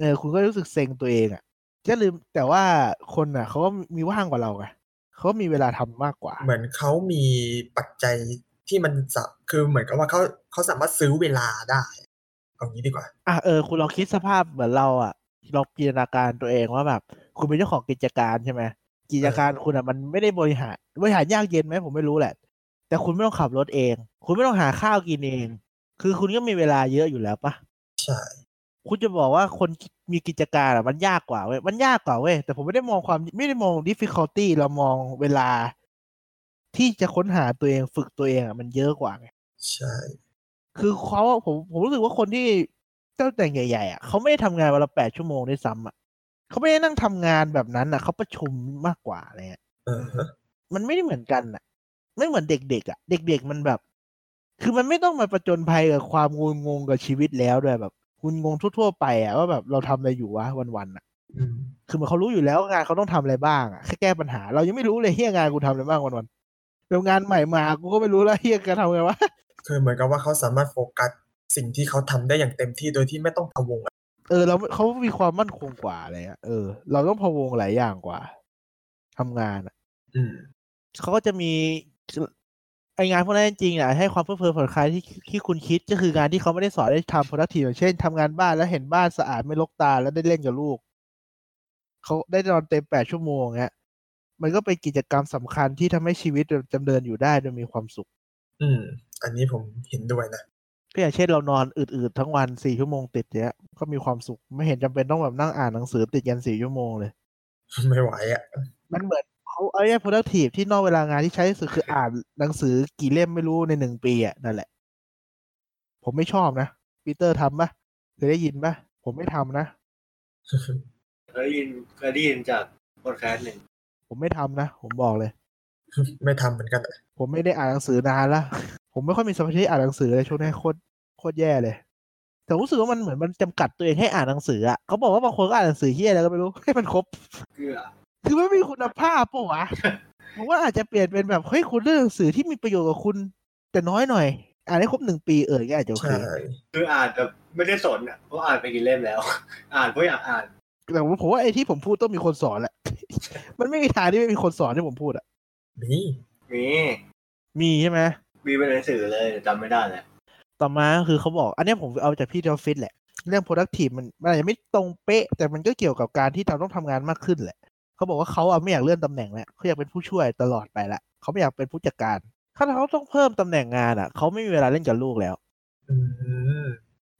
S1: เออคุณก็รู้สึกเซ็งตัวเองอะ่ะจะลืมแต่ว่าคนอ่ะเขาก็มีว่างกว่าเราไงเขามีเวลาทำมากกว่า
S2: เหมือนเขามีปัจจัยที่มันจะคือเหมือนกับว่าเขาเขาสามารถซื้อเวลาได้เอางี้ดีกว่า
S1: อ่ะเออคุณลองคิดสภาพเหมือนเราอ่ะลองจินตนาการตัวเองว่าแบบ คุณเป็นเจ้าของกิจการใช่ไหมกิจการคุณอ่ะมันไม่ได้บริหารบริหารยากเย็นไหมผมไม่รู้แหละ แต่คุณไม่ต้องขับรถเอง คุณไม่ต้องหาข้าวกินเอง คือคุณก็มีเวลาเยอะอยู่แล้วปะ
S2: ใช่
S1: คุณจะบอกว่าคนมีกิจการอ่ะมันยากกว่าเว้ยมันยากกว่าเว้ยแต่ผมไม่ได้มองความไม่ได้มอง difficulty เรามองเวลา ที่จะค้นหาตัวเองฝึกตัวเองอ่ะมันเยอะกว่าไง
S2: ใช่
S1: คือเขาอะผมผมรู้สึกว่าคนที่เจ้าแต่งใหญ่ๆอ่ะเขาไม่ได้ทำงานวันละแปดชั่วโมงด้วยซ้ำอ่ะเขาไม่ได้นั่งทำงานแบบนั้นอ่ะเขาประชุมมากกว่าอะไรเงี้ย
S2: เออฮะ
S1: มันไม่ได้เหมือนกันอ่ะ ไม่เหมือนเด็กๆอ่ะ เด็ก ๆมันแบบ คือมันไม่ต้องมาประจนภัยกับความงุนงงกับชีวิตแล้วด้วยแบบงุนงงทั่วๆไปอ่ะว่าแบบเราทำอะไรอยู่วะวันๆอ่ะ
S2: อืม
S1: คือเหมันเขารู้อยู่แล้วว่างานเขาต้องทำอะไรบ้างอะแค่แก้ปัญหา เรายังไม่รู้เลยเฮียงานกูทำอะไรบ้างวันๆเดี๋ยวงานใหม่มากูก็ไม่รู้แล้วเฮียจะทำไงวะ
S2: คือเหมือนกับว่าเขาสามารถโฟกัสสิ่งที่เขาทำได้อย่างเต็มที่โดยที่ไม่ต้องพะวงอะ
S1: เออเราเขามีความมั่นคงกว่าอะไรเงี้ยเออ เราต้องพะวงหลายอย่างกว่าทำงานอะ
S2: อืม
S1: เขาก็จะมีไองานพวกนั้นจริงๆอ่ะให้ความเพลิดเพลินผ่อนคลายที่ที่คุณคิดก็คืองานที่เขาไม่ได้สอนได้ทำพลัทีอย่างเช่นทำงานบ้านแล้วเห็นบ้านสะอาดไม่รกตาแล้วได้เล่นกับลูกเขาได้นอนเต็มแปดชั่วโมงเงี้ยมันก็เป็นกิจกรรมสำคัญที่ทำให้ชีวิตดำเนินอยู่ได้โดยมีความสุข
S2: อืม อันนี้ผมเห็นด้วยนะ
S1: ก็อย่างเช่นเรานอนอืดๆทั้งวันสี่ชั่วโมงติดเนี้ยก็มีความสุขไม่เห็นจำเป็นต้องแบบนั่งอ่านหนังสือติดกันสี่ชั่วโมงเลย
S2: ไม่ไหวอ่ะ
S1: มันเหมือนเขาเอาไอ้ productive ที่นอกเวลางานที่ใช้ที่สุดคืออ่านหนังสือกี่เล่มไม่รู้ในหนึ่งปีอ่ะนั่นแหละ ผมไม่ชอบนะปีเตอร์ทำปะเคยได้ยินปะผมไม่ทำนะ
S3: เคยได้ยินเคยได้ยินจากพอดแคสต์หนึ่ง
S1: ผมไม่ทำนะ ผมบอกเลย
S2: ไม่ทำเหมือนกันอะ
S1: ผมไม่ได้อ่านหนังสือนานละ ผมไม่ค่อยมีสมาธิอ่านหนังสือเลยช่วงนี้โคตรโคตรแย่เลย แต่รู้สึกว่ามันเหมือนมันจำกัดตัวเองให้อ่านหนังสืออ่ะเขาบอกว่าบางคนก็อ่านหนังสือเฮียอะไรก็ไม่รู้ ให้มันครบ
S3: คือ
S1: คือไม่มีคุณภาพปะว ะ ผมว่าอาจจะเปลี่ยนเป็นแบบเฮ้ยคุณเลือกหนังสือที่มีประโยชน์กับคุณ แต่น้อยหน่อย อ่านให้ครบหนึ่งปีเออก็อาจจะโอเค
S2: ใช่
S3: คืออ่านแต่ไม่ได้สนอ่ะเพราะอ่านไปกี่เล่มแล้ว อ่านเพราะอยากอ่าน
S1: แต่ผมว่าไอ้ที่ผมพูดต้องมีคนสอนแหละ มันไม่มีทางที่ไม่มีคนสอนที่ผมพูดอ่ะ
S2: มี
S3: มี
S1: มีใช่ไหม
S3: มีเป็นหนังสือเลยแต่จำไม่ได้แล้ว
S1: ต่อมาก็คือเขาบอก อันเนี้ยผมเอาจากพี่ที่ออฟฟิศแหละ เรื่อง productive มันมันอาจจะไม่ตรงเป๊ะ แต่มันก็เกี่ยวกับการที่เราต้องทำงานมากขึ้นแหละ เขาบอกว่าเขาอ่ะไม่อยากเลื่อนตำแหน่งแล้วเขาอยากเป็นผู้ช่วยตลอดไปละเขาไม่อยากเป็นผู้จัดการ ถ้าเขาต้องเพิ่มตำแหน่งงานอ่ะเขาไม่มีเวลาเล่นกับลูกแล้ว
S2: อืม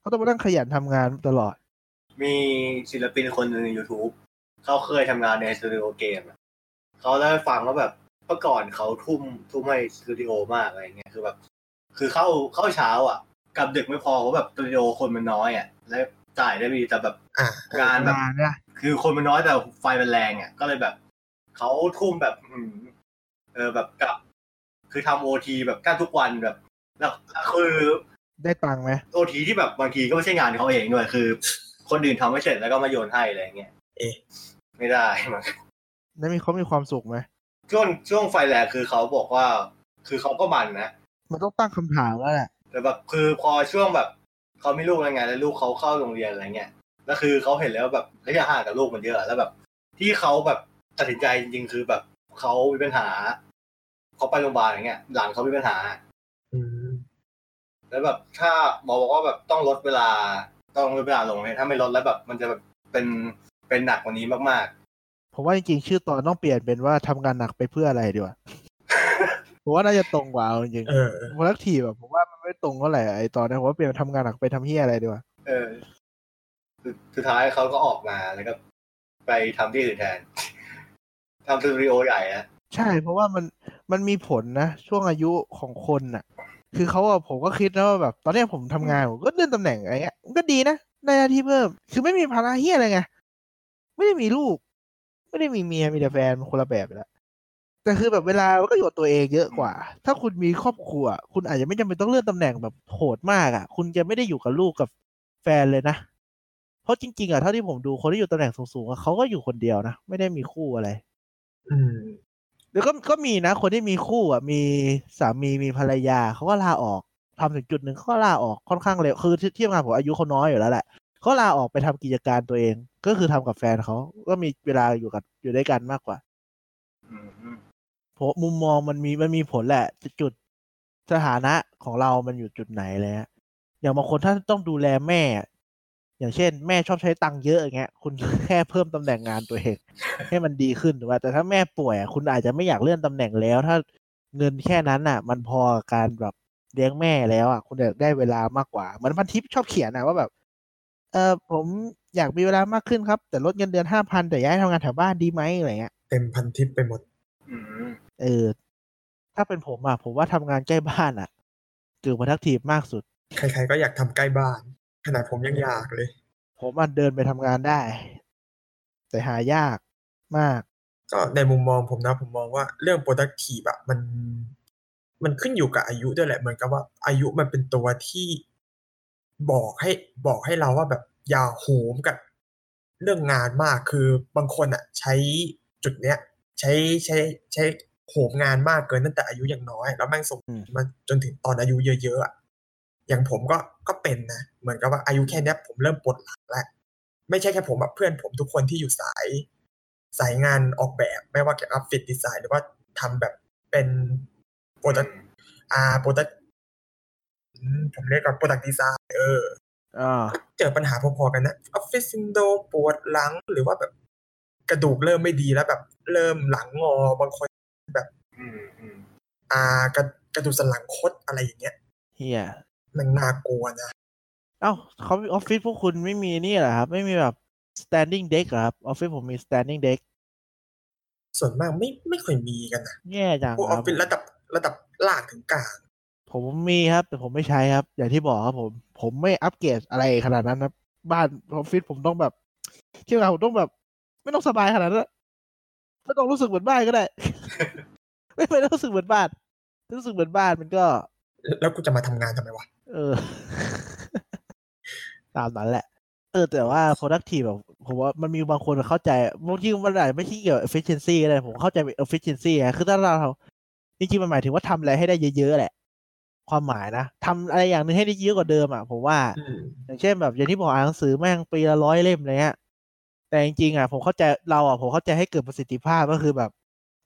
S1: เขาต้องมานั่งขยันทำงานตลอด
S3: มีศิลปินคนหนึ่งใน YouTube เขาเคยทำงานในสตูดิโอเกมอะเขาได้ฟังว่าแบบเมื่อก่อนเขาทุ่มทุ่มให้สตูดิโอมากอะไรเงี้ยคือแบบ คือเข้าเข้าเช้าอ่ะกลับดึกไม่พอเพราะแบบสตูดิโอคนมันน้อยอ่ะและจ่ายได้มีแต่แบบ
S2: อ่ะ
S3: งานแบบ
S1: งานนะ
S3: คือคนมันน้อยแต่ไฟมันแรงอ่ะก็เลยแบบเขาทุ่มแบบอืมเออแบบกับ คือทำโอทีแบบกั้นทุกวันแบบแล้วคือ
S1: ได้ตังค์ไหม
S3: โอทีที่แบบบางทีก็ไม่ใช่งานเขาเองด้วยคือ คนอื่นทำไม่เสร็จแล้วก็มาโยนให้อะไรอย่างเงี้ย
S2: เอ๊ะ
S3: ไม่ได้มัน
S1: แล้วมีเขามีความสุขไหม
S3: ช่วงช่วงไฟแรงคือเขาบอกว่า คือเขาก็มันนะ
S1: มันต้องตั้งคำถามแล้วแหละ
S3: แต่แบบคือพอช่วงแบบเขามีลูกแล้วไงแล้วลูกเขาเข้าโรงเรียนอะไรเงี้ยแล้วคือเขาเห็นแล้วแบบระยะห่างกับลูกมันเยอะแล้วแบบ ที่เขาแบบตัดสินใจจริงๆ คือแบบเขามีปัญหาเขาไปโรงพยาบาลอย่างเงี้ย หลังเขามีปัญหา
S2: อืม
S3: แล้วแบบถ้าหมอบอกว่าแบบต้องลดเวลาต้องลดเวลาลงเลยถ้าไม่ลดแล้วแบบมันจะแบบเป็นเป็นหนักกว่านี้มาก
S1: ผมว่าจริงๆ ชื่อตอนต้องเปลี่ยนเป็นว่าทำงานหนักไปเพื่ออะไรดีกว่า ผมว่าน่าจะตรงกว่าเอาจริง
S2: เออ
S1: ๆ p r o d u c t i v แบบผมว่ามันไม่ตรงเท่าไหร่ไอตอนนี้ผมว่าเปลี่ยนทำงานหนักไปทำเฮียอะไรดีกว่า
S3: ๆ เออสุดสุดท้ายเขาก็ออกมาแล้วก็ไปทำที่อื่นแทน ทำสตูดิโอใหญ่นะ
S1: ใช่ เพราะว่ามันมันมีผลนะ ช่วงอายุของคนน่ะ คือเขาอะผมก็คิดนะว่าแบบ ตอนเนี้ยผมทำงานผมก็เลื่อนตำแหน่งอะไรเงี้ยมันก็ดีนะได้หน้าที่เพิ่ม คือไม่มีภาระเฮียอะไรไงไม่ได้มีลูก ไม่ได้มีเมียมีแต่แฟนมันคนละแบบอยู่แล้วแต่คือแบบเวลามันก็อยู่กับตัวเองเยอะกว่า ถ้าคุณมีครอบครัว คุณอาจจะไม่จำเป็นต้องเลื่อนตำแหน่งแบบโหดมากอะคุณจะไม่ได้อยู่กับลูกกับแฟนเลยนะเพราะจริงๆอะเท่าที่ผมดูคนที่อยู่ตำแหน่งสูงๆอะเขาก็อยู่คนเดียวนะไม่ได้มีคู่อะไร
S2: อืม
S1: แล้วก็ก็มีนะคนที่มีคู่อ่ะมีสามีมีภรรยาเขาก็ลาออกทำถึงจุดหนึ่งเขาก็ลาออกค่อนข้างเร็วคือเทียบกับผมอายุเขาน้อยอยู่แล้วแหละ เขาลาออกไปทำกิจการตัวเอง ก็คือทำกับแฟนเขาก็มีเวลาอยู่กับอยู่ด้วยกันมากกว่า
S3: อืม
S1: ผมมุมมองมันมีมันมีผลแหละจุดสถานะของเรามันอยู่จุดไหนเลยฮะอย่างบางคนถ้าต้องดูแลแม่ อย่างเช่น แม่ชอบใช้ตังค์เยอะอย่างเงี้ยคุณ แค่เพิ่มตำแหน่งงานตัวเอง ให้มันดีขึ้นถูกป่ะแต่ถ้าแม่ป่วยอะคุณอาจจะไม่อยากเลื่อนตำแหน่งแล้ว ถ้าเงินแค่นั้นอ่ะ มันพอกับการแบบเลี้ยงแม่แล้วอ่ะคุณอยากได้เวลามากกว่าเหมือนพันทิปชอบเขียนนะว่าแบบ เออผมอยากมีเวลามากขึ้นครับ แต่ลดเงินเดือนห้าพันแต่ย้ายทำงานแถวบ้านดีไหมอะไรเงี้ย
S2: เต็มพันทิปไปหมด
S3: อืม
S1: เออ ถ้าเป็นผมอ่ะ ผมว่าทำงานใกล้บ้านอ่ะคือประทักทีมากสุด
S2: ใคร ๆ ก็อยากทำใกล้บ้าน ขนาดผมยังอยากเลย
S1: ผมอ่ะเดินไปทำงานได้ แต่หายากมาก
S2: ก็ในมุมมองผมนะ ผมมองว่าเรื่อง productive อะมัน มันขึ้นอยู่กับอายุด้วยแหละเหมือนกับว่าอายุมันเป็นตัวที่บอกให้บอกให้เราว่าแบบอย่าโหมกับเรื่องงานมากคือบางคนอะใช้จุดเนี้ย ใช้ใช้ใช้โหมงานมากเกินตั้งแต่อายุยังน้อย แล้วแม่งส่ง
S1: อืม
S2: มันจนถึงตอนอายุเยอะๆอะอย่างผมก็ก็เป็นนะเหมือนกับว่าอายุแค่เนี้ยผมเริ่มปวดหลังแล้วไม่ใช่แค่ผมแบบเพื่อนผมทุกคนที่อยู่สาย สายงานออกแบบไม่ว่าจะอัพฟิตดีไซน์หรือว่าทำแบบเป็นโปรดัก อ่าโปรดักผมเรียกว่าโปรดักดีไซน์เออ
S1: อ่า
S2: เจอปัญหาพอๆกันนะออฟฟิศซินโดปวดหลังหรือว่าแบบกระดูกเริ่มไม่ดีแล้วแบบเริ่มหลังงอบางคน
S3: อืมอืม
S2: อ่ากระกระดูกสันหลังคดอะไรอย่างเงี้ย
S1: เฮีย
S2: มันน่ากลัวนะ
S1: เอ้าเขาออฟฟิศพวกคุณไม่มีนี่เหรอครับ ไม่มีแบบ standing desk เหรอครับออฟฟิศผมมี standing desk
S2: ส่วนมากไม่ไม่ค่อยมีกันนะ
S1: แย่จัง
S2: พวกอ
S1: ค
S2: อ
S1: รั
S2: ฟ
S1: บ
S2: ฟิศระดับระดับล่างถึงกลาง
S1: ผมมีครับ แต่ผมไม่ใช้ครับ อย่างที่บอกครับผม ผมไม่อัปเกรดอะไรขนาดนั้นครับบ้านออฟฟิศผมต้องแบบที่เราต้องแบบ ไม่ต้องสบายขนาดนั้นอะไม่ต้องรู้สึกเหมือนบ้านก็ได้ ไม่ไม่ต้องรู้สึกเหมือนบ้านรู้สึกเหมือนบ้านมันก็
S2: แล้วกูจะมาทำงานทำไมวะ
S1: เออ ตามนั้นแหละ เออ แต่ว่า productive แบบผมว่ามันมีบางคนเข้าใจบางทีมันอาจจะไม่ใช่เกี่ยวกับ efficiency อะไรผมเข้าใจเป็น efficiency อะคือถ้าเราจริงๆมันหมายถึงว่าทำอะไรให้ได้เยอะๆแหละ ความหมายนะทำอะไรอย่างหนึ่งให้ได้เยอะกว่าเดิมอ่ะผมว่า
S2: อืม
S1: อย่างเช่นแบบอย่างที่บอกอ่านหนังสือแม่งปีละร้อยเล่มอะไรเงี้ยแต่จริงๆอ่ะ ผมเข้าใจเราอ่ะผมเข้าใจให้เกิดประสิทธิภาพก็คือแบบ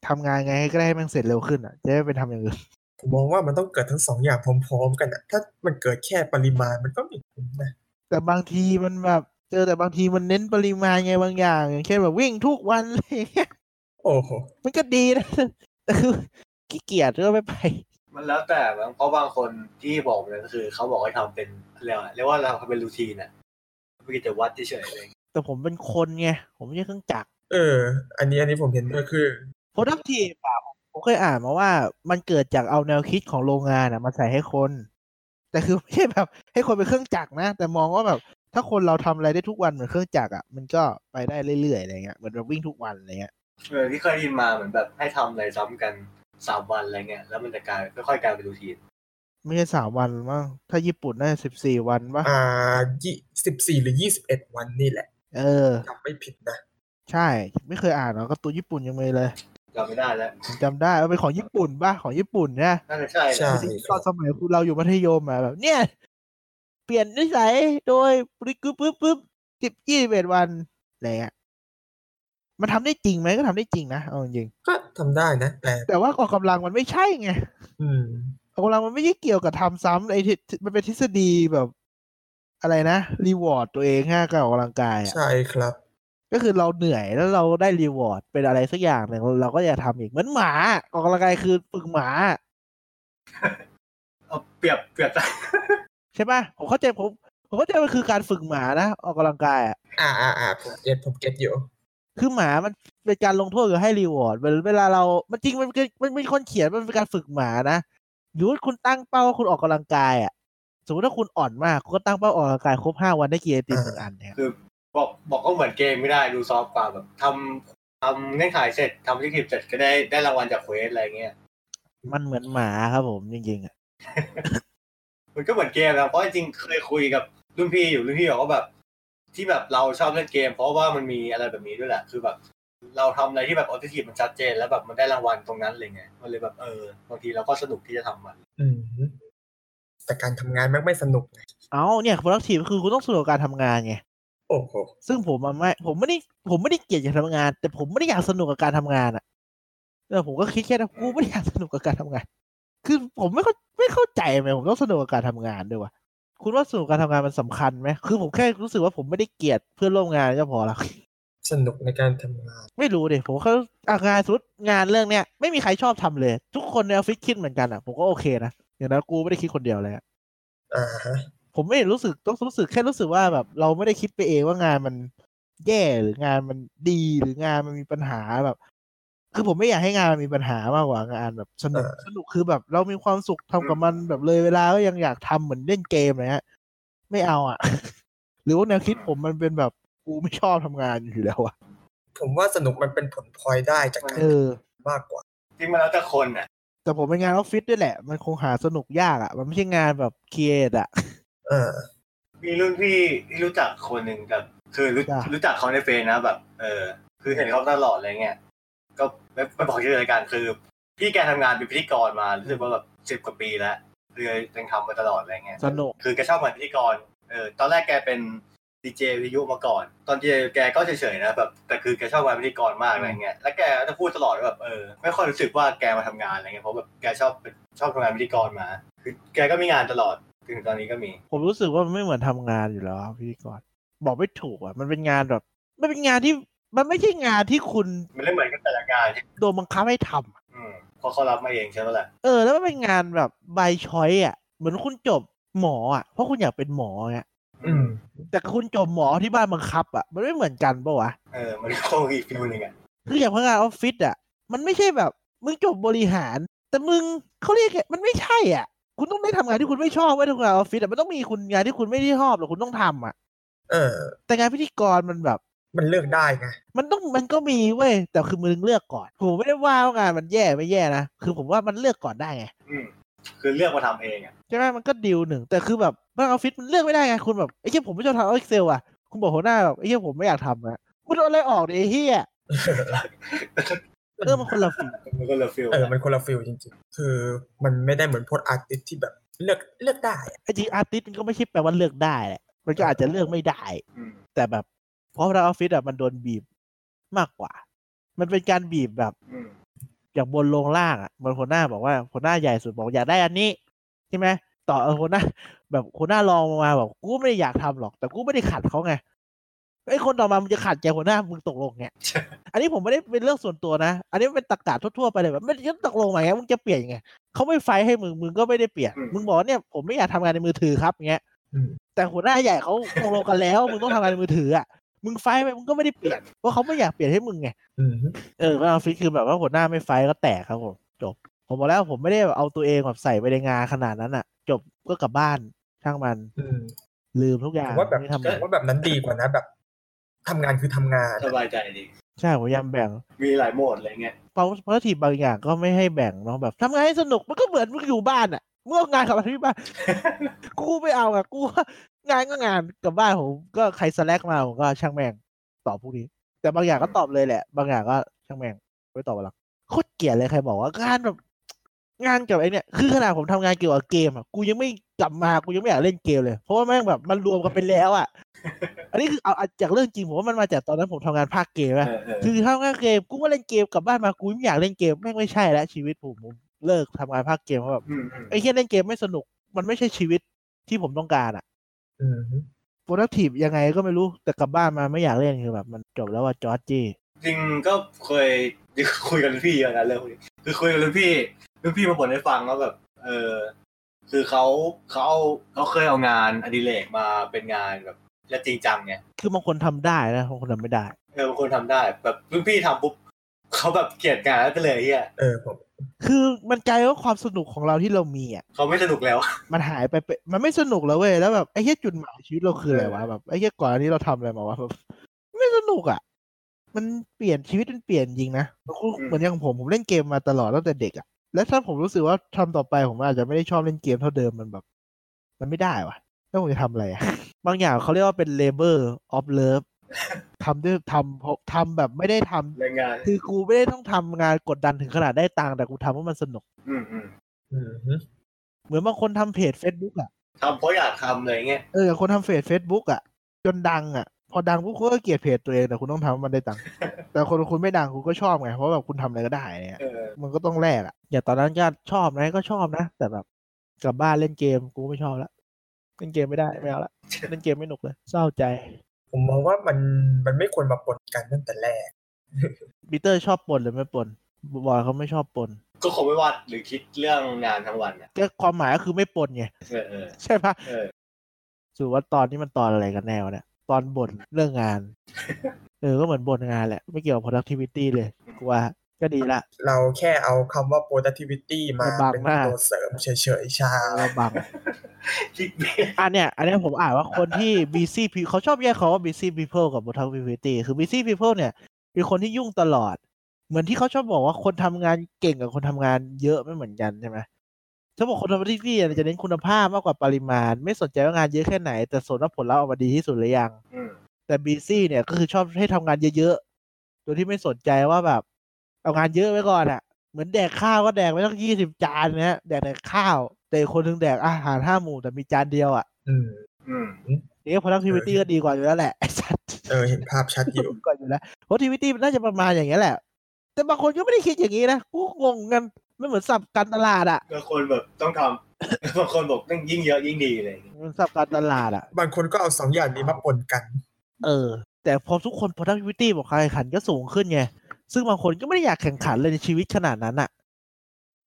S1: ทำงานไงก็ได้ให้แม่งเสร็จเร็วขึ้นอ่ะจะได้ไม่ไปทำอย่างอื่น
S2: ผมมองว่ามันต้องเกิดทั้งสองอย่างพร้อมๆกันนะถ้ามันเกิดแค่ปริมาณมันก็ไม่คุ้มนะ
S1: แต่บางทีมันแบบ เจอแต่บางทีมันเน้นปริมาณไงบางอย่าง อย่างเช่นแบบวิ่งทุกวันอะไรอย่างเลย
S2: โอ้โห
S1: มันก็ดีนะ แต่คือขี้เกียจก็ไม่ไป
S3: มันแล้วแต่บางเพราะบางคนที่บอกเลยก็คือเขาบอกให้ทำเป็นเรียกว่าเรียกว่าเราทำเป็นรูทีนอ่ะไม่กิจวัตรเฉยๆอะไรอย่างเงี้ย
S1: แต่ผมเป็นคนไง ผมไม่ใช่เครื่องจักร
S2: เออ อันนี้อันนี้ผมเห็นด้วยคือ
S1: โพดักทีป่าผมเคยอ่านมาว่า มันเกิดจากเอาแนวคิดของโรงงานอะมาใส่ให้คน แต่คือไม่ใช่แบบ ให้คนเป็นเครื่องจักรนะ แต่มองว่าแบบ ถ้าคนเราทำอะไรได้ทุกวันเหมือนเครื่องจักรอ่ะมันก็ไปได้เรื่อยๆอะไรเงี้ยเหมือนแบบวิ่งทุกวันอะไรเงี้ย
S3: เออที่เคยได้ยินมาเหมือนแบบให้ทำอะไรซ้ำกันสามวันอะไรเงี้ยแล้วมันจะกลายค่อยๆกลายเป็นรูทีน
S1: ไม่ใช่สามวันมั้งถ้าญี่ปุ่นน่าจะสิบสี่วันปะ
S2: อ่ายี่สิบสี่หรือยี่สิบเอ็ดวันนี่แหละ
S1: เออ
S2: จำไม่ผิดนะ
S1: ใช่ ไม่เคยอ่านหรอกการ์ตูนญี่ปุ่นยังไม่เลย
S3: จำไม่ได้แล้ว
S1: ผมจำได้ว่าเป็นของญี่ปุ่นป่ะของญี่ปุ่นเนี่ย
S3: น่าจะใช่นะ
S2: ใช่
S1: ตอนสมัยคุณเราอยู่มัธยมอะแบบ เนี่ย เปลี่ยนนิสัยโดยปุ๊บปุ๊บปุ๊บปุ๊บสิบยี่สิบเอ็ดวันอะไรเงี้ยมันทำได้จริงไหมก็ทำได้จริงนะเอาจริง
S2: ก็ทำได้นะ แต่
S1: ๆแต่ว่าออกกำลังมันไม่ใช่ไง
S2: อืม
S1: ออกกำลังมันไม่ได้เกี่ยวกับทำซ้ำไอ้ที่มันเป็นทฤษฎีแบบ อะไรนะรีวอร์ดตัวเองฮะการออกกำลังกายอะ
S2: ใช่ครับ
S1: ก็คือเราเหนื่อยแล้วเราได้รีวอร์ดเป็นอะไรสักอย่างหนึ่งเราก็จะทำอีกเหมือนหมาออกกำลังกายคือฝึกหมา
S3: เอาเปรียบเปรียบ
S1: ใช่ปะผมเข้าใจผมผมเข้าใจมันคือการฝึกหมานะออกกำลังกายอ่ะ
S2: อ่าอ่าอ่าผมเก็ตผมเก็ตอยู่
S1: คือหมามันเป็นการลงโทษหรือให้รีวอร์ดเวลาเรามันจริงมันคือมันมีคนเขียนมันเป็นการฝึกหมานะหรือว่าคุณตั้งเป้าว่าคุณออกกำลังกายอ่ะสมมติถ้าคุณอ่อนมากคุณก็ตั้งเป้าออกกำลังกายครบห้าวันได้กี่ไอติมหนึ่งอันเนี่ย
S3: คือ บอกบอกก็เหมือนเกมไม่ได้ดูซอฟต์กว่าแบบทำทำเงื่อนไขเสร็จทำที่คลิปเสร็จก็ได้ได้รางวัลจากเควสอะไรเงี้ย
S1: มันเหมือนหมาครับผมจริงๆอ่ะ
S3: มันก็เหมือนเกมนะเพราะจริงๆเคยคุยกับรุ่นพี่อยู่รุ่นพี่บอกว่าแบบ ที่แบบเราชอบเล่นเกม เพราะว่ามันมีอะไรแบบนี้ด้วยแหละคือแบบ เราทำอะไรที่แบบออทิทีมันชัดเจน แล้วแบบมันได้รางวัลตรงนั้นอะไรเงี้ยมันเลยแบบเออบางทีเราก็สนุกที่จะทำมัน
S2: อืม แต่การทำงานแม่งไม่สนุกไง
S1: เอาเนี่ย productive คือคุณต้องสนุกกับการทำงานไง
S2: โอ้โห
S1: ซึ่งผมอะไม่ผมไม่ได้ผมไม่ได้เกลียดอยากทำงาน แต่ผมไม่ได้อยากสนุกกับการทำงานอะแต่ผมก็คิดแค่นะกูไม่ได้อยากสนุกกับการทำงาน คือผมไม่เข้าไม่เข้าใจทำไหมผมต้องสนุกกับการทำงานด้วยวะคุณว่าสนุกกับการทำงานมันสำคัญไหมคือผมแค่รู้สึกว่าผมไม่ได้เกลียดเพื่อนร่วมงานก็พอละ
S2: สนุกในการทำงาน
S1: ไม่รู้ดิผมก็อ่ะงานสมมุดงานเรื่องเนี้ยไม่มีใครชอบทำเลย ทุกคนในออฟฟิศคิดเหมือนกันอ่ะผมก็โอเคนะอย่างนั้นกูไม่ได้คิดคนเดียวเลยอะ
S2: อ่าฮะ
S1: ผมไม่ได้รู้สึกต้องรู้สึกแค่รู้สึกว่าแบบเราไม่ได้คิดไปเองว่างานมันแย่หรืองานมันดีหรืองานมันมีปัญหาแบบ คือผมไม่อยากให้งานมันมีปัญหามากกว่างานแบบสนุก
S2: เออ
S1: สนุกคือแบบเรามีความสุขทำกับมันแบบเลยเวลาก็ยังอยากทำเหมือนเล่นเกมเลยฮะไม่เอาอ่ะ หรือว่าแนวคิดผมมันเป็นแบบกูไม่ชอบทำงานอยู่แล้วอ่ะ
S2: ผมว่าสนุกมันเป็นผลพลอยได้จากการ
S1: เออ
S2: มากกว่า
S3: จริงมันแล้วแต่คนอ่ะ
S1: แต่ผมเป็นงานออฟฟิศด้วยแหละ มันคงหาสนุกยากอะ่ะ มันไม่ใช่งานแบบเครียดอะ่ะ
S2: เออ
S3: มีรุ่นพี่ที่รู้จักคนหนึ่งแบบคือรู้
S1: จ้ะ
S3: รู้จักเขาในเฟซนะแบบ เออ คือเห็นเขาตลอดอะไรเงี้ยก็ไม่ไม่บอกชื่อรายการคือ พี่แกทำงานเป็นพิธีกรมารู้สึกว่าแบบสิบ10กว่าปีแล้วเลยยังทำมาตลอดอะไรเงี้ย
S1: สนุก
S3: คือแกชอบงานพิธีกรเออตอนแรกแกเป็นดีเจวิทยุมาก่อน ตอนดีเจแกก็เฉยๆนะแบบแต่คือแกชอบงานพิธีกรมากอะไรเงี้ยแล้วแกจะพูดตลอดว่าแบบเออไม่ค่อยรู้สึกว่าแกมาทำงานอะไรเงี้ยเพราะแบบแกชอบเป็นชอบทำงานพิธีกรมาคือแกก็มีงานตลอดถึงตอนนี้ก็มี
S1: ผมรู้สึกว่ามันไม่เหมือนทำงานอยู่แล้วอะพิธีกรบอกไม่ถูกอะ่ะ มันเป็นงานแบบ มันเป็นงานที่มันไม่ใช่งานที่คุณ
S3: มันไม่เหมือนกันแต่ละงาน
S1: โดนบังคับให้ทำอะ
S3: อืมเพราะเขารับมาเองใช่ไหมล่ะ
S1: เออ แล้วมันเป็นงานแบบใบช้อยอะ่ะ เหมือนคุณจบหมออะ่ะ เพราะคุณอยากเป็นหมอไง
S2: อืม
S1: แต่คุณจบหมอที่บ้านบังคับอะ่ะ มันไม่เหมือนกันปะวะ
S3: เออ มันคงอีกฟิลหนึ่งอ่ะ
S1: คืออย่างพนักงานออฟฟิศอ่ะ มันไม่ใช่แบบ มึงจบบริหาร แต่มึงเขาเรียกไงมันไม่ใช่อ่ะ คุณต้องได้ทำงานที่คุณไม่ชอบไว้ทำงานออฟฟิศแต่มันต้องมีคุณงานที่คุณไม่ได้ชอบหรอกคุณต้องทำอ่ะ
S2: เออ
S1: แต่งานพิธีกรมันแบบ
S2: มันเลือกได้ไง
S1: มันต้องมันก็มีเว้ยแต่คือมึงเลือกก่อนผมไม่ได้ว่าว่างานมันแย่ไม่แย่นะคือผมว่ามันเลือกก่อนได้ไง
S3: อืม คือเลือกมาทำเองอ่ะ
S1: ใช่ไหมมันก็ดีลหนึ่งแต่คือแบบบางออฟฟิศมันเลือกไม่ได้ไงคุณแบบไอ้เหี้ยผมไม่ชอบทำเอ็กเซลอ่ะคุณบอกหัวหน้าแบบไอ้เหี้ยผมไม่อยากทำอ่ะคุณเอาอะไรออกดิไอ้เหี้ยเออมันคนละฝี
S3: มันก็เลยฟิล
S2: เออ มันคนละฟิลจริงๆ คือมันไม่ได้เหมือนโพสอาร์ติสที่แบบเลือกเลือกได้อะ
S1: ไอ้จริงอาร์ติสมันก็ไม่ใช่แปลว่าเลือกได้แหละมันก็อาจจะเลือกไม่ได้
S3: อืม
S1: แต่แบบเพราะเราออฟฟิศอะมันโดนบีบมากกว่า มันเป็นการบีบแบบ
S3: อืม
S1: อย่างบนลงล่างอะเหมันหัวหน้าบอกว่าหัวหน้าใหญ่สุดบอกอยากได้อันนี้ใช่ไหมต่อหัวหน้า แบบหัวหน้ารองลงมาบอกกูไม่ได้อยากทำหรอก แต่กูไม่ได้ขัดเขาไงไอ้คนต่อมามึงจะขัดใจหัวหน้ามึงตกลงไงอันนี้ผมไม่ได้เป็นเรื่องส่วนตัวนะ อันนี้มันเป็นตักกะทั่วๆไปเลยแบบมันจะตกลงมาไงมึงจะเปลี่ยนยังไงเขาไม่ไฟท์ให้มึงมึงก็ไม่ได้เปลี่ยนมึงบอกว่าเนี่ยผมไม่อยากทำงานในมือถือครับอย่างเงี้ย
S2: อืม
S1: แต่หัวหน้าใหญ่เขาตกลงกันแล้ว มึงต้องทำงานในมือถืออ่ะ มึงไฟท์ไปมึงก็ไม่ได้เปลี่ยนเพราะเขาไม่อยากเปลี่ยนให้มึงไง
S2: อืม
S1: เออก็เอาฟิตคือแบบว่าหัวหน้าไม่ไฟท์ก็แตกครับผม จบ ผมบอกแล้วผมไม่ได้แบบเอาตัวเองแบบใส่ไปในงานขนาดนั้นอ่ะ จบก็กลับบ้านช่างมัน
S2: อืม
S1: ลืมทุกอ
S2: ผ
S1: ย่าง
S2: มว่าแบบ
S1: ไม่ทำอะ
S2: ผ
S1: ไร
S2: มว่าแบบนั้นดีกว่านะ แบบทำงานคือทำงาน
S3: สบายใจดี
S1: ใช่ผมพยายามแบ่ง
S3: มีหลายโหมดอะไรเงี้ย
S1: เพราะเพราะทีบางอย่างก็ไม่ให้แบ่งเนาะแบบทำงานให้สนุกมันก็เหมือนมึงอยู่บ้านอ่ะเมื่อเอางานกลับมาที่บ้าน กูไม่เอาอ่ะกูว่างานก็งานกลับบ้านผมก็ใครสแลกมาผมก็ช่างแม่งตอบพวกนี้ แต่บางอย่างก็ตอบเลยแหละ บางอย่างก็ช่างแม่งไม่ตอบหรอกโคตรเกลียดเลยใครบอกว่างานแบบ งานกับไอเนี่ยคือขนาดผมทำงานเกี่ยวกับเกมอ่ะกูยังไม่กลับมากูยังไม่อยากเล่นเกมเลย เพราะว่าแม่งแบบมันรวมกันไปแล้วอ่ะ อันนี้คือเอาเอาจากเรื่องจริงผมว่ามันมาจากตอนนั้นผมทำงานภาคเกมอะ
S3: เออเออ
S1: คือทำงานเกมกูก็เล่นเกมกลับบ้านมากูไม่อยากเล่นเกมแม่งไม่ใช่แล้วชีวิตผมผมเลิกทำงานภาคเกมเพราะแบบ
S3: อืมอืม
S1: ไอ้แค่เล่นเกมไม่สนุกมันไม่ใช่ชีวิตที่ผมต้องการอ่ะ
S2: อืม
S1: โปรดักทีฟยังไงก็ไม่รู้แต่กลับบ้านมาไม่อยากเล่นคือแบบมันจบแล้วว่าจอร์จี้
S3: จริงก็เคยคุยกับรุ่นพี่เยอะนะเรื่องพวกนี้คือคุยกับรุ่นพี่รุ่นพี่มาบ่นให้ฟังว่าแบบ เออ คือเขาเขาเอาเขาเคยเอางานอดิเรกมาเป็นงานแบบและจริงจังไง
S1: คือบางคนทำได้นะบางคนทำไม่ได้
S3: เออบางคนทำได้ แบบรุ่นพี่ทำปุ๊บเขาแบบเกลียดงานแล้วไปเลยเฮีย
S2: เออผม
S1: คือมันกลายเป็นว่าความสนุกของเราที่เรามีอ่ะ
S3: เขาไม่สนุก แล้ว
S1: มันหายไปเป็นมันไม่สนุกแล้วเว้ยแล้วแบบไอ้เหี้ยจุดหมายชีวิตเราคืออะไรวะแบบไอ้เหี้ยก่อนอันนี้เราทำอะไรมาวะแบบไม่สนุกอ่ะมันเปลี่ยนชีวิตมันเปลี่ยนจริงนะคือ
S3: อืม
S1: เหมือนอย่างผมผมเล่นเกมมาตลอดตั้งแต่เด็กอ่ะแล้วถ้าผมรู้สึกว่าทำต่อไปผมอาจจะไม่ได้ชอบเล่นเกมเท่าเดิมมันแบบ มันไม่ได้วะแล้วผมจะทำอะไรอะ บางอย่างเขาเรียกว่าเป็น labor of love ทำด้วยทำเพราะทำแบบไม่ได้ท
S3: แรงงาน
S1: ำคือกูไม่ได้ต้องทำงานกดดันถึงขนาดได้ตังค์แต่กูทำเพราะมันสนุก
S3: อืมอืม
S2: อืม
S1: เหมือนบางคนทำเพจ Facebook อ่ะ
S3: ทำเพราะอยากทำอะไรเงี้ย
S1: เออคนทำเฟซเฟซบุ๊กอ่ะ จนดังอ่ะ พอดังปุ๊บคุณก็เกลียดเพจตัวเองแต่คุณต้องทำให้มันได้ตังค์ แต่คนคุณไม่ดังคุณก็ชอบไงเพราะแบบคุณทำอะไรก็ได้เนี่ย
S3: เออ
S1: มันก็ต้องแลกอ่ะอย่างตอนนั้นก็ชอบนะก็ชอบนะ แต่แบบกลับบ้านเล่นเกมกูไม่ชอบละเล่นเกมไม่ได้ไม่เอาละเล่นเกมไม่หนุกเลยเศร้าใจ
S2: ผมมองว่ามันมันไม่ควรมาปนกันตั้งแต่แรก
S1: ปีเตอร์ชอบปนหรือไม่ปนบอยเขาไม่ชอบปน
S3: ก็คงไม่วาดหรือคิดเรื่องงานทั้งวันอ่ะ
S1: ก็ความหมายก็คือไม่ปนไง
S3: เออเออ
S1: ใช่ปะ
S3: เออ
S1: สรุดว่าตอนนี้มันตอนอะไรกันแนวะเนี่ยตอนบ่นเรื่อง งาน เออก็เหมือนบ่นงานแหละไม่เกี่ยวกับ productivity เลยกูว่าก็ดีละ
S2: เราแค่เอาคำว่า productivity มา
S1: บัง
S2: เป็น
S1: หน้า
S2: ตัวเสริมเฉยๆชา
S1: เรา บัง
S3: คิดไม่
S1: อันเนี้ยอันเนี้ยผมอ่านว่าคนที่ busy people เขาชอบแยกคำว่า busy people กับ productivity คือ busy people เนี่ยเป็นคนที่ยุ่งตลอด เหมือนที่เขาชอบบอกว่าคนทำงานเก่งกับคนทำงานเยอะไม่เหมือนกันใช่ไหมเขาบอกคนทำที่พี่จะเน้นคุณภาพมากกว่าปริมาณ ไม่สนใจว่างานเยอะแค่ไหน แต่สนว่าผลลัพธ์ออกมาดีที่สุดหรือยัง
S3: อืม
S1: แต่ busy เนี่ยก็คือชอบให้ทำงานเยอะๆโดยที่ไม่สนใจว่าแบบ เอางานเยอะไว้ก่อนอะเหมือนแดกข้าวก็แดกไม่ต้องยี่สิบจานนะแดกแต่ข้าว แต่อีกคนหนึงแดกอาหารห้าหมู่แต่มีจานเดียวอะ
S2: อืม
S3: อืม
S1: นี่ productivity ก็ดีกว่าอยู่แล้วแหละ ไอ้สัตว์
S2: เออเห็นภาพชัดอยู่
S1: ดีกว่าอยู่แล้ว productivity มันน่าจะประมาณอย่างเงี้ยแหละ แต่บางคนก็ไม่ได้คิดอย่างนี้นะกูงงกันไม่เหมือนสับการตลาดอ่ะ
S3: บางคนแบบต้องทำบ างคนบอกต้องยิ่งเยอะยิ่งดีอะไรอย่างเงี้ย
S1: เหมือนสับการตลาดอ่ะ
S2: บางคนก็เอาสองอย่างนี้มาปนกัน
S1: เออ แต่พอทุกคน productivity บอกการแข่งขันก็สูงขึ้นไง ซึ่งบางคนก็ไม่ได้อยากแข่งขันเลยในชีวิตขนาดนั้นอ่ะ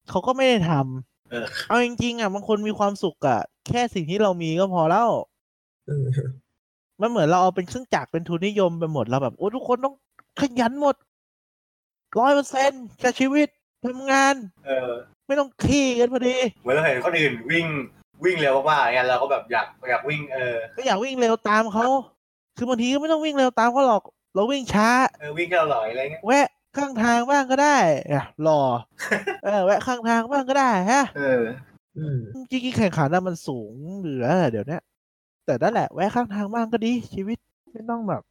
S1: เขาก็ไม่ได้ทำ
S3: เออ
S1: เอาจริงๆอ่ะบางคนมีความสุขอ่ะแค่สิ่งที่เรามีก็พอแล้ว
S2: เออ
S1: มันเหมือนเราเอาเป็นเครื่องจักรเป็นทุนนิยมไปหมดเราแบบโอ้ทุกคนต้องขยันหมดร้อยเปอร์เซ็นต์กับชีวิตทำงาน
S3: เออ
S1: ไม่ต้องขี้กันพอดี
S3: เหมือนเราเห็นคนอื่นวิ่งวิ่งเร็วมากๆอย่างเงี้ยเราก็แบบอยากอยากวิ่งเออ
S1: ก็อยากวิ่งเร็วตามเขาคือบางทีก็ไม่ต้องวิ่งเร็วตามเขาหรอก เราวิ่งช้า
S3: เออวิ่งเร็วหน่อยอะไรเงี้ย
S1: แวะข้างทางบ้างก็ได้อ่ะรอ เออแวะข้างทางบ้างก็ได้ฮะ
S3: เออ
S2: อืม
S1: จริงๆแข่งขันน่ะมันสูงเหลือเดี๋ยวเนี้ยแต่นั่นแหละแวะข้างทางบ้างก็ดี ชีวิตไม่ต้องแบบ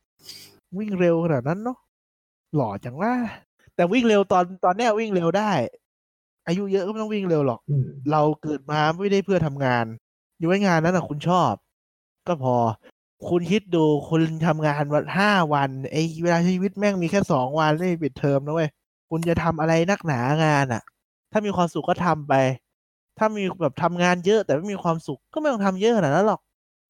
S1: วิ่งเร็วขนาดนั้นเนาะหล่อจังว่า แต่วิ่งเร็วตอนตอนเนี้ยวิ่งเร็วได้ อายุเยอะก็ไม่ต้องวิ่งเร็วหรอก
S2: อืม
S1: เราเกิดมาไม่ได้เพื่อทำงาน อยู่ไว้งานนั้นนะคุณชอบ ก็พอ คุณคิดดูคุณทำงานวันห้าวันไอ้เวลาชีวิตแม่งมีแค่สองวันไม่มีปิดเทอมนะเว้ยคุณจะทำอะไรนักหนางานอ่ะ ถ้ามีความสุขก็ทำไป ถ้ามีแบบทำงานเยอะแต่ไม่มีความสุขก็ไม่ต้องทำเยอะขนาดนั้นหรอก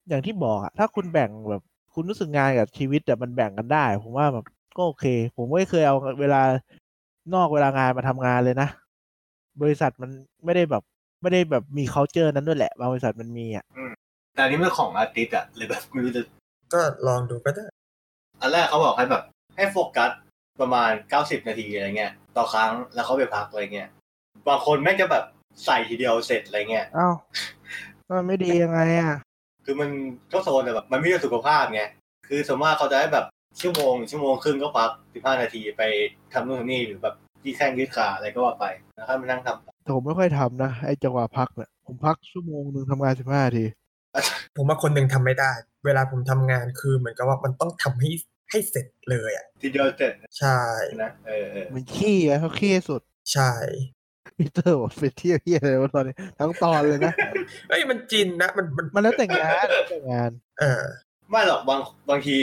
S1: อย่างที่บอกอะถ้าคุณแบ่งแบบ คุณรู้สึกงานกับชีวิตแต่มันแบ่งกันได้ ผมว่าแบบก็โอเค ผมไม่เคยเอาเวลานอกเวลางานมาทำงานเลยนะ บริษัทมันไม่ได้แบบ ไม่ได้แบบมี culture นั้นด้วยแหละบางบริษัทมันมีอ่ะ
S3: แต่อันนี้มันของอาร์ติสต์อะเลยแบบไม่รู้จะ
S2: ก็ลองดูก็ได้
S3: อันแรกเขาบอกให้แบบให้โฟกัสประมาณเก้าสิบนาทีอะไรเงี้ยต่อครั้งแล้วเขาไปพักอะไรเงี้ยบางคนแม่งจะแบบใส่ทีเดียวเสร็จอะไรเงี้ย
S1: เอ้ามันไม่ดียังไงอ่ะ
S3: คือมันก็โซนแต่แบบมันไม่ได้สุขภาพไงคือสมมติเขาจะให้แบบชั่วโมงชั่วโมงครึ่งก็พักสิบห้านาทีไปทำนู่นทำนี่หรือแบบยืดแข้งยืดขาอะไรก็ว่าไปแล้วก็มานั่งทำต่อ
S1: แต่ผมไม่ค่อยทำนะ ไอ้จังหวะพักเนี่ยผมพักชั่วโมงหนึ่งทำงานสิบห้านาที
S2: ผมว่าคนหนึ่งทำไม่ได้ เวลาผมทำงานคือเหมือนกับว่ามันต้องทำให้ให้เสร็จเลยอ่ะ
S3: ทีเดียวเสร็จ
S2: ใช่
S3: นะเออเออ
S1: มันขี้ไงเขาขี้สุด
S2: ใช่
S1: พีเตอร์บอกไปเที่ยวเที่ยวอะไรวะตอนนี้ ทั้งตอนเลยนะ
S2: เอ้ยมันจินนะมันมัน
S1: มันแล้วแต่งานแล้วแต่งาน
S2: เออ
S3: ไม่หรอกบางบางที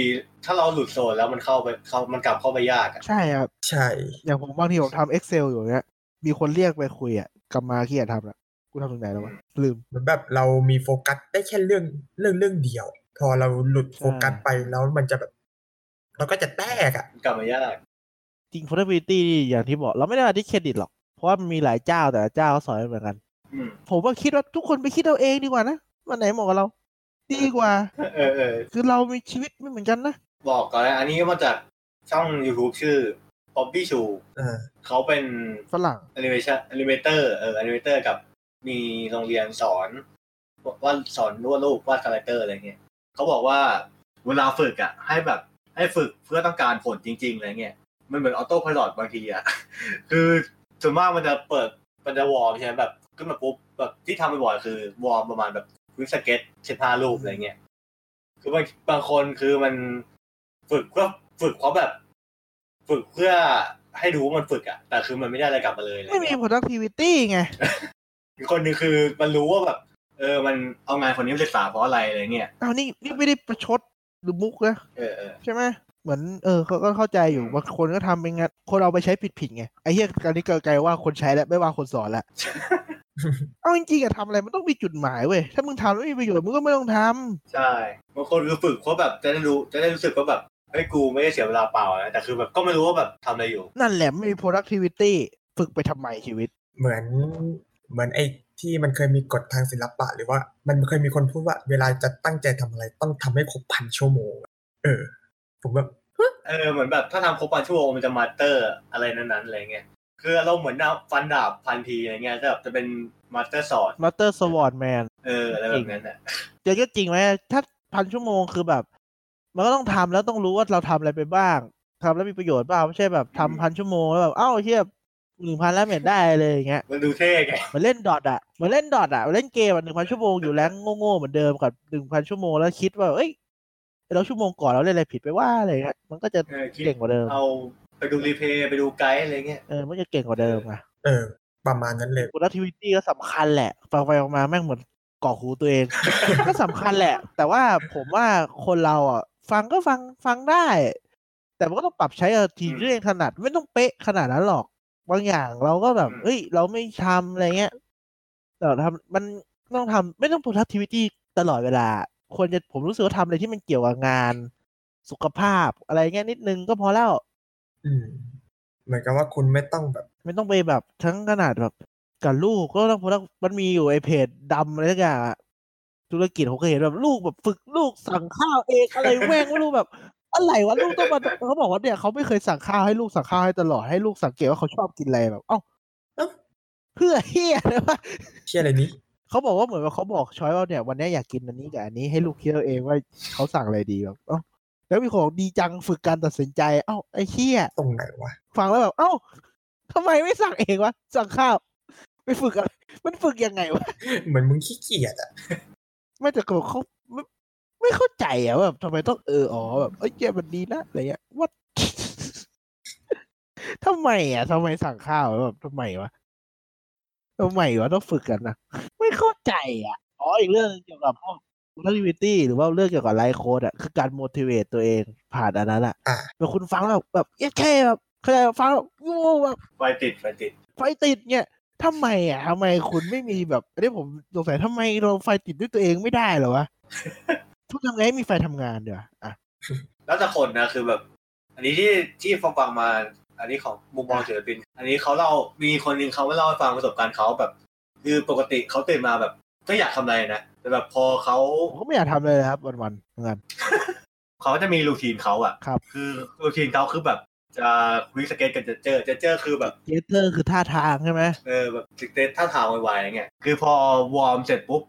S3: ถ้าเราหลุดโซนแล้วมันเข้าไปเข้ามันกลับเข้าไปยากอะ
S1: ใช่ครับ
S2: ใช่
S1: อย่างผมบางทีผมทำเอ็กเซลอยู่เนี้ย มีคนเรียกไปคุยอ่ะ กลับมาขี้อยากทำละกูทำถึงไหนแล้ววะ ลืม
S2: เหมือนแบบเรามีโฟกัสได้แค่เรื่องเรื่องเรื่องเดียว พอเราหลุดโฟกัสไปแล้วมันจะแบบ เราก็จะแตกอ่ะ
S3: กลับมายาก
S1: จริง portability อย่างที่บอก เราไม่ได้มาที่เครดิตหรอก เพราะว่ามันมีหลายเจ้าแต่ละเจ้าเขาสอนไม่เหมือนกัน
S3: อืม
S1: ผมว่าคิดว่าทุกคนไปคิดเอาเองดีกว่านะวันไหนเหมาะกับเรา ดีกว่า
S3: เออเออ
S1: คือเรามีชีวิตไม่เหมือนกันนะ
S3: บอกก่อนนะอันนี้มาจากช่อง YouTube ชื่อ Bobby Chu
S2: เออ
S3: เขาเป็น
S1: ฝรั่ง
S3: แอนิเมชันแอนิเมเตอร์เออแอนิเมเตอร์กับมีโรงเรียนสอนว่าดสอนวาดรูปวาดคาแรคเตอร์อะไรเงี้ยเขาบอกว่าเวลาฝึกอ่ะ ให้แบบให้ฝึกเพื่อต้องการผลจริงๆอะไรเงี้ยมันเหมือนออโต้พายโบางทีอ่ะ คือส่วนมากมันจะเปิดมันจะวอร์มใช่ไหมแบบขึ้นมาปุ๊บแบบที่ทำบ่อยๆคือวอร์มประมาณแบบวิสเก็ตเช็ดผ้ารูปอะไรเงี้ย คือบางบางคนคือมันฝึกเพื่อฝึกเพราะแบบ ฝึกเพื่อให้รู้ว่ามันฝึกอะแต่คือมันไม่ได้อะไรกลับมาเลยอะไร
S1: ไม่มี
S3: เงี้ย
S1: productivity ไง
S3: อีกคนหนึ่งคือมันรู้ว่าแบบ เออ มันเอางานคนนี้ไปศึกษาเพราะอะไรอะไรเงี้ย
S1: อ้าวนี่นี่ไม่ได้ประชดหรือมุกนะ
S3: เออเออ
S1: ใช่ไหมเหมือนเออเขาก็เข้าใจอยู่บางคนก็ทำเป็นงานคนเอาไปใช้ผิดผิดๆไงไอ้เหี้ยการนี้เกิดไกลว่าคนใช้แล้วไม่ว่าคนสอน ละเอาจริงๆอะทำอะไรมันต้องมีจุดหมายเว้ยถ้ามึงทำแล้วไม่มีประโยชน์มึงก็ไม่ต้องทำ
S3: ใช่บางคนคือฝึกเพราะแบบจะได้รู้จะได้รู้สึกว่าแบบเฮ้ยกูไม่ได้เสียเวลาเปล่านะแต่คือแบบก็ไม่รู้ว่าแบบทำอะไรอยู่
S1: นั่นแหละไม่มี productivity ฝึกไปทำไมชีวิต
S2: เหมือนเหมือนไอ้ที่มันเคยมีกฎทางศิลปะ หรือว่ามันเคยมีคนพูดว่า เวลาจะตั้งใจทำอะไรต้องทำให้ครบพันชั่วโมงอะเออ ผมแบบ
S3: เออเหมือนแบบถ้าทำครบปันชั่วโมงมันจะมาสเตอร์อะไรนั้นๆอะไรเงี้ยคือเราเหมือนดาบฟันดาบพันทีอะไรเงี้ยจะแบบจะเป็นมาสเตอร์สอด
S1: master sword man
S3: เอออะไรแบบนั้นอ่ะ
S1: จะก็จริงไหมถ้าพันชั่วโมงคือแบบ มันก็ต้องทำแล้วต้องรู้ว่าเราทำอะไรไปบ้างทำแล้วมีประโยชน์บ้างไม่ใช่แบบทำพันชั่วโมงแล้วแบบเอ้าเทียบหนึ่งพันแล้วเม็ดได้เลยอย่างเงี้ย
S3: มันดูเท่ไง
S1: เหมันเล่นดอทอ่ะเหมันเล่นดอทอ่ะเล่นเกมอ่ะหนึ่งพันชั่วโมงอยู่แล้วโง่ๆเหมือนเดิมกับหนึ่งพันชั่วโมงแล้วคิดว่าเอ้ยเราชั่วโมงก่อนเราเล่นอะไรผิดไปว่าอะไรเงี้ยมันก็จะ
S3: เออคิด
S1: เก่งกว่าเดิม
S3: เอาไปดูรีเพลย์ไปดูไกด์อะไรเงี้ย
S1: เออมันจะเก่งกว่าเดิมอ่ะ
S2: เออ ประมาณนั้นเลย
S1: productivity ก็สำคัญแหละฟังไปฟังมาแม่งเหมือนก่อหูตัวเอง ก็สำคัญแหละ แต่ว่าผมว่าคนเราอ่ะ ฟังก็ฟังฟังได้ แต่มันก็ต้องปรับใช้เอาทีที่เองถนัดไม่ต้องเป๊ะขนาดนั้นหรอก บางอย่างเราก็แบบเอ้ย เราไม่ทำอะไรเงี้ยแต่ทำมันต้องทำไม่ต้อง productivity ตลอดเวลา ควรจะผมรู้สึกว่าทำอะไรที่มันเกี่ยวกับงานสุขภาพอะไรเงี้ยนิดนึงก็พอแล้ว
S2: อืม เหมือนกับว่าคุณไม่ต้องแบบ
S1: ไม่ต้องไปแบบทั้งขนาดแบบกับลูกก็ต้องพลังมันมีอยู่ไอเพจดำอะไรสักอย่างอะธุรกิจผมก็เห็นแบบลูกแบบฝึกลูกสั่งข้าวเองอะไรแม่งไม่รู้แบบ อะไรวะลูกต้องมาเขาบอกว่าเนี่ยเขาไม่เคยสั่งข้าวให้ลูกสั่งข้าวให้ตลอดให้ลูกสังเกตว่าเขาชอบกินอะไรแบบ เอ้า
S2: เอ้า
S1: เพื่อเฮียนะวะ
S2: เชี่ยอะไรนี้
S1: เขาบอกว่าเหมือนว่าเขาบอกช้อยว่าเนี่ยวันนี้อยากกินอันนี้กับอันนี้ให้ลูกคิดเอาเองว่าเขาสั่งอะไรดีแบบเอ้าแล้วมีของดีจังฝึกการตัดสินใจเอ้าไอ้เฮีย
S2: ตรงไหนวะ
S1: ฟังแล้วแบบ เอ้าทำไมไม่สั่งเองวะ สั่งข้าว ไปฝึกอะไร มันฝึกยังไงวะ
S2: เหมือนมึงขี้เกียจอะ
S1: ไม่แต่ก็เขาไม่ไม่เข้าใจอะว่าแบบทำไมต้องเอออ๋อแบบเอ้ยแย่มันดีนะอะไรเงี้ยวัด ทำไมอะทำไมสั่งข้าวแบบทำไมวะทำไมวะต้องฝึกกันนะไม่เข้าใจอะอ๋ออีกเรื่องเกี่ยวกับพวก productivity หรือว่าเรื่องเกี่ยวกับไลฟ์โค้ดอะคือการ motivate ตัวเองผ่านอันนั้นอะ
S2: อ่ะ
S1: แบบคุณฟังแล้วแบบเอ๊ะแค่แบบเข้าใจปะฟังแล้วโง่แบบ
S3: ไฟติดไฟติด
S1: ไฟติดเนี่ยทำไมอ่ะทำไมคุณไม่มีแบบอันนี้ผมสงสัยทำไมเราไฟติดด้วยตัวเองไม่ได้เหรอวะ ทุกทำไงให้มีไฟทำงานเดี๋ยวาอ่ะ
S3: แล้วแต่คนนะคือแบบ อันนี้ที่ที่ฟังฟังมา อันนี้ของมุมมอง
S1: อ่ะ
S3: ศิลปิน อันนี้เขาเล่ามีคนหนึ่งเขามาเล่าให้ฟังประสบการณ์เขาแบบ คือปกติเขาตื่นมาแบบ ก็อยากทำอะไรนะแต่แบบพอเขา
S1: ผมก็ไม่อยากทำเลยนะครับ วันๆเหมือนกัน
S3: เขาจะมีรูทีนเขาอะ
S1: ครับ
S3: คือรูทีนเขาคือแบบจะคุยสเก็ตกันจะเจอจะเจอคือแบบ
S1: เจสเตอร์คือท่าทางใช่ไหม
S3: เออแบบสเก็ตท่าทางไวๆอะไรเงี้ยคือพอวอร์มเสร็จปุ๊บ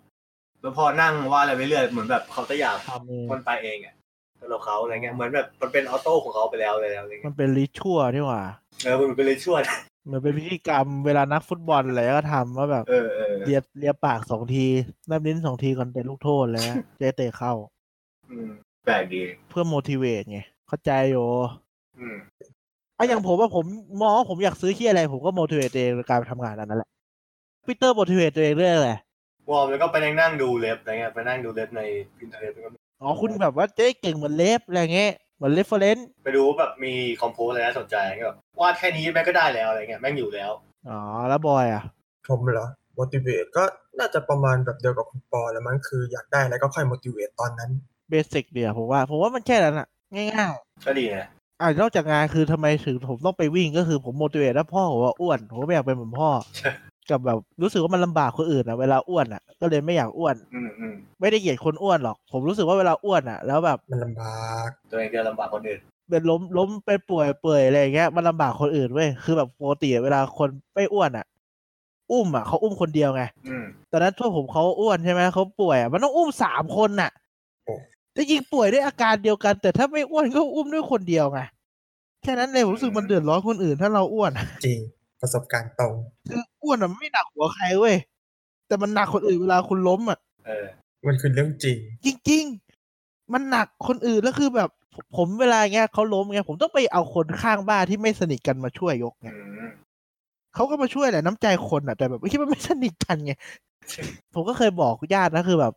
S3: แล้วพอนั่งว่าอะไรไปเรื่อยเหมือนแบบเขาจะอยาก
S1: ทำเอง
S3: มันไปเองอะสำหรับเขาอะไรเงี้ยเหมือนแบบมันเป็นออโต้ของเขาไปแล้วเลยอะไร
S1: มั
S3: เงี้ย
S1: นเป็นริชัวลนี่หว่า
S3: เออมันเป็นเลยชวด
S1: เหมือนเป็นพิธีกรรมเวลานักฟุตบอลอะไรก็ทำว่าแบบ
S3: เออเออ
S1: เลียเลียปากสองทีนับลิ้นสองทีก่อนเตะลูกโทษแล้วเจะเตะเข้า
S3: อืมแปลกดี
S1: เพื่อ motivate ไงเข้าใจอยู่
S3: อืม
S1: อ่ะอย่างผมว่าผมมองว่าผมอยากซื้อที่อะไร ผมก็ motivate ตัวเองในการไปทำงานอันนั้นแหละพีเตอร์ motivate ตัวเองเรื่องอะไร
S3: วอร์มแล้วก็ไปนั่งดูเล็บอะไรเงี้ยไปนั่งดูเล็บในอินเทอร์เน็ตแล้วก็
S1: อ๋อคุณแบบว่าจะได้เก่งเหมือนเลฟอะไรเงี้ยเหมือนเลฟเฟรนซ์
S3: ไปดูว่าแบบมีคอมโพสอะไรน่าสนใจก็แบบวาดแค่นี้แม่งก็ได้แล้วอะไรเงี้ยแม่งอยู่แล้ว
S1: อ๋อ แล้วบอยอ่ะ
S2: ผมเหรอ motivate ก็น่าจะประมาณแบบเดียวกับคุณปอแล้วมั้งคืออยากได้อะไรก็ค่อย motivate ตอนนั้น
S1: เบสิกเดียวผมว่า ผมว่ามันแค่นั้นอ่ะ ง่าย
S3: ก็ดีนะ
S1: ๆอ่านอกจากงานคือทำไมถึงผมต้องไปวิ่งก็คือผม motivate แล้วพ่อผมว่าอ้วน ผมก็ไม่อยากเป็นเหมือนพ่อ กับแบบรู้สึกว่ามันลำบากคนอื่นอ่ะเวลาอ้วนอ่ะก็เลยไม่อยากอ้วน
S3: อืมอืม
S1: ไม่ได้เหยียดคนอ้วนหรอก ผมรู้สึกว่าเวลาอ้วนอ่ะแล้วแบบ
S2: มันลำบาก
S3: ตัวเองจะลำบากคนอื่น
S1: เป็นล้มล้มเป็นป่วยเปื่อยอะไรอย่างเงี้ยมันลำบากคนอื่นเว้ยคือแบบปกติเวลาคนไม่อ้วนอ่ะ อุ้มอ่ะเขาอุ้มคนเดียวไง
S3: อืม
S1: ตอนนั้นทั่วผมเขาอ้วนใช่ไหมเขาป่วยอ่ะมันต้องอุ้มสามคนน่ะจะยิงป่วยด้วยอาการเดียวกัน แต่ถ้าไม่อ้วนก็อุ้มด้วยคนเดียวไงแค่นั้นเลยผมรู้สึกมันเดือดร้อนคนอื่น ถ้าเราอ้วนอะ
S2: จริงประสบการณ์ตรง
S1: คืออ้วนอ่ะมันไม่หนักหัวใครเว้ยแต่มันหนักคนอื่นเวลาคุณล้มอ่ะ
S3: เออ
S2: มันคือเรื่องจริง
S1: จริงๆ มันหนักคนอื่นแล้วคือแบบผมผมเวลาเงี้ยเขาล้มเงี้ยผมต้องไปเอาคนข้างบ้านที่ไม่สนิทกันมาช่วยยกไง
S3: อืม
S1: เขาก็มาช่วยแหละน้ำใจคนอ่ะแต่แบบไอ้ที่มันไม่สนิทกันไง ผมก็เคยบอกญาตินะคือแบบ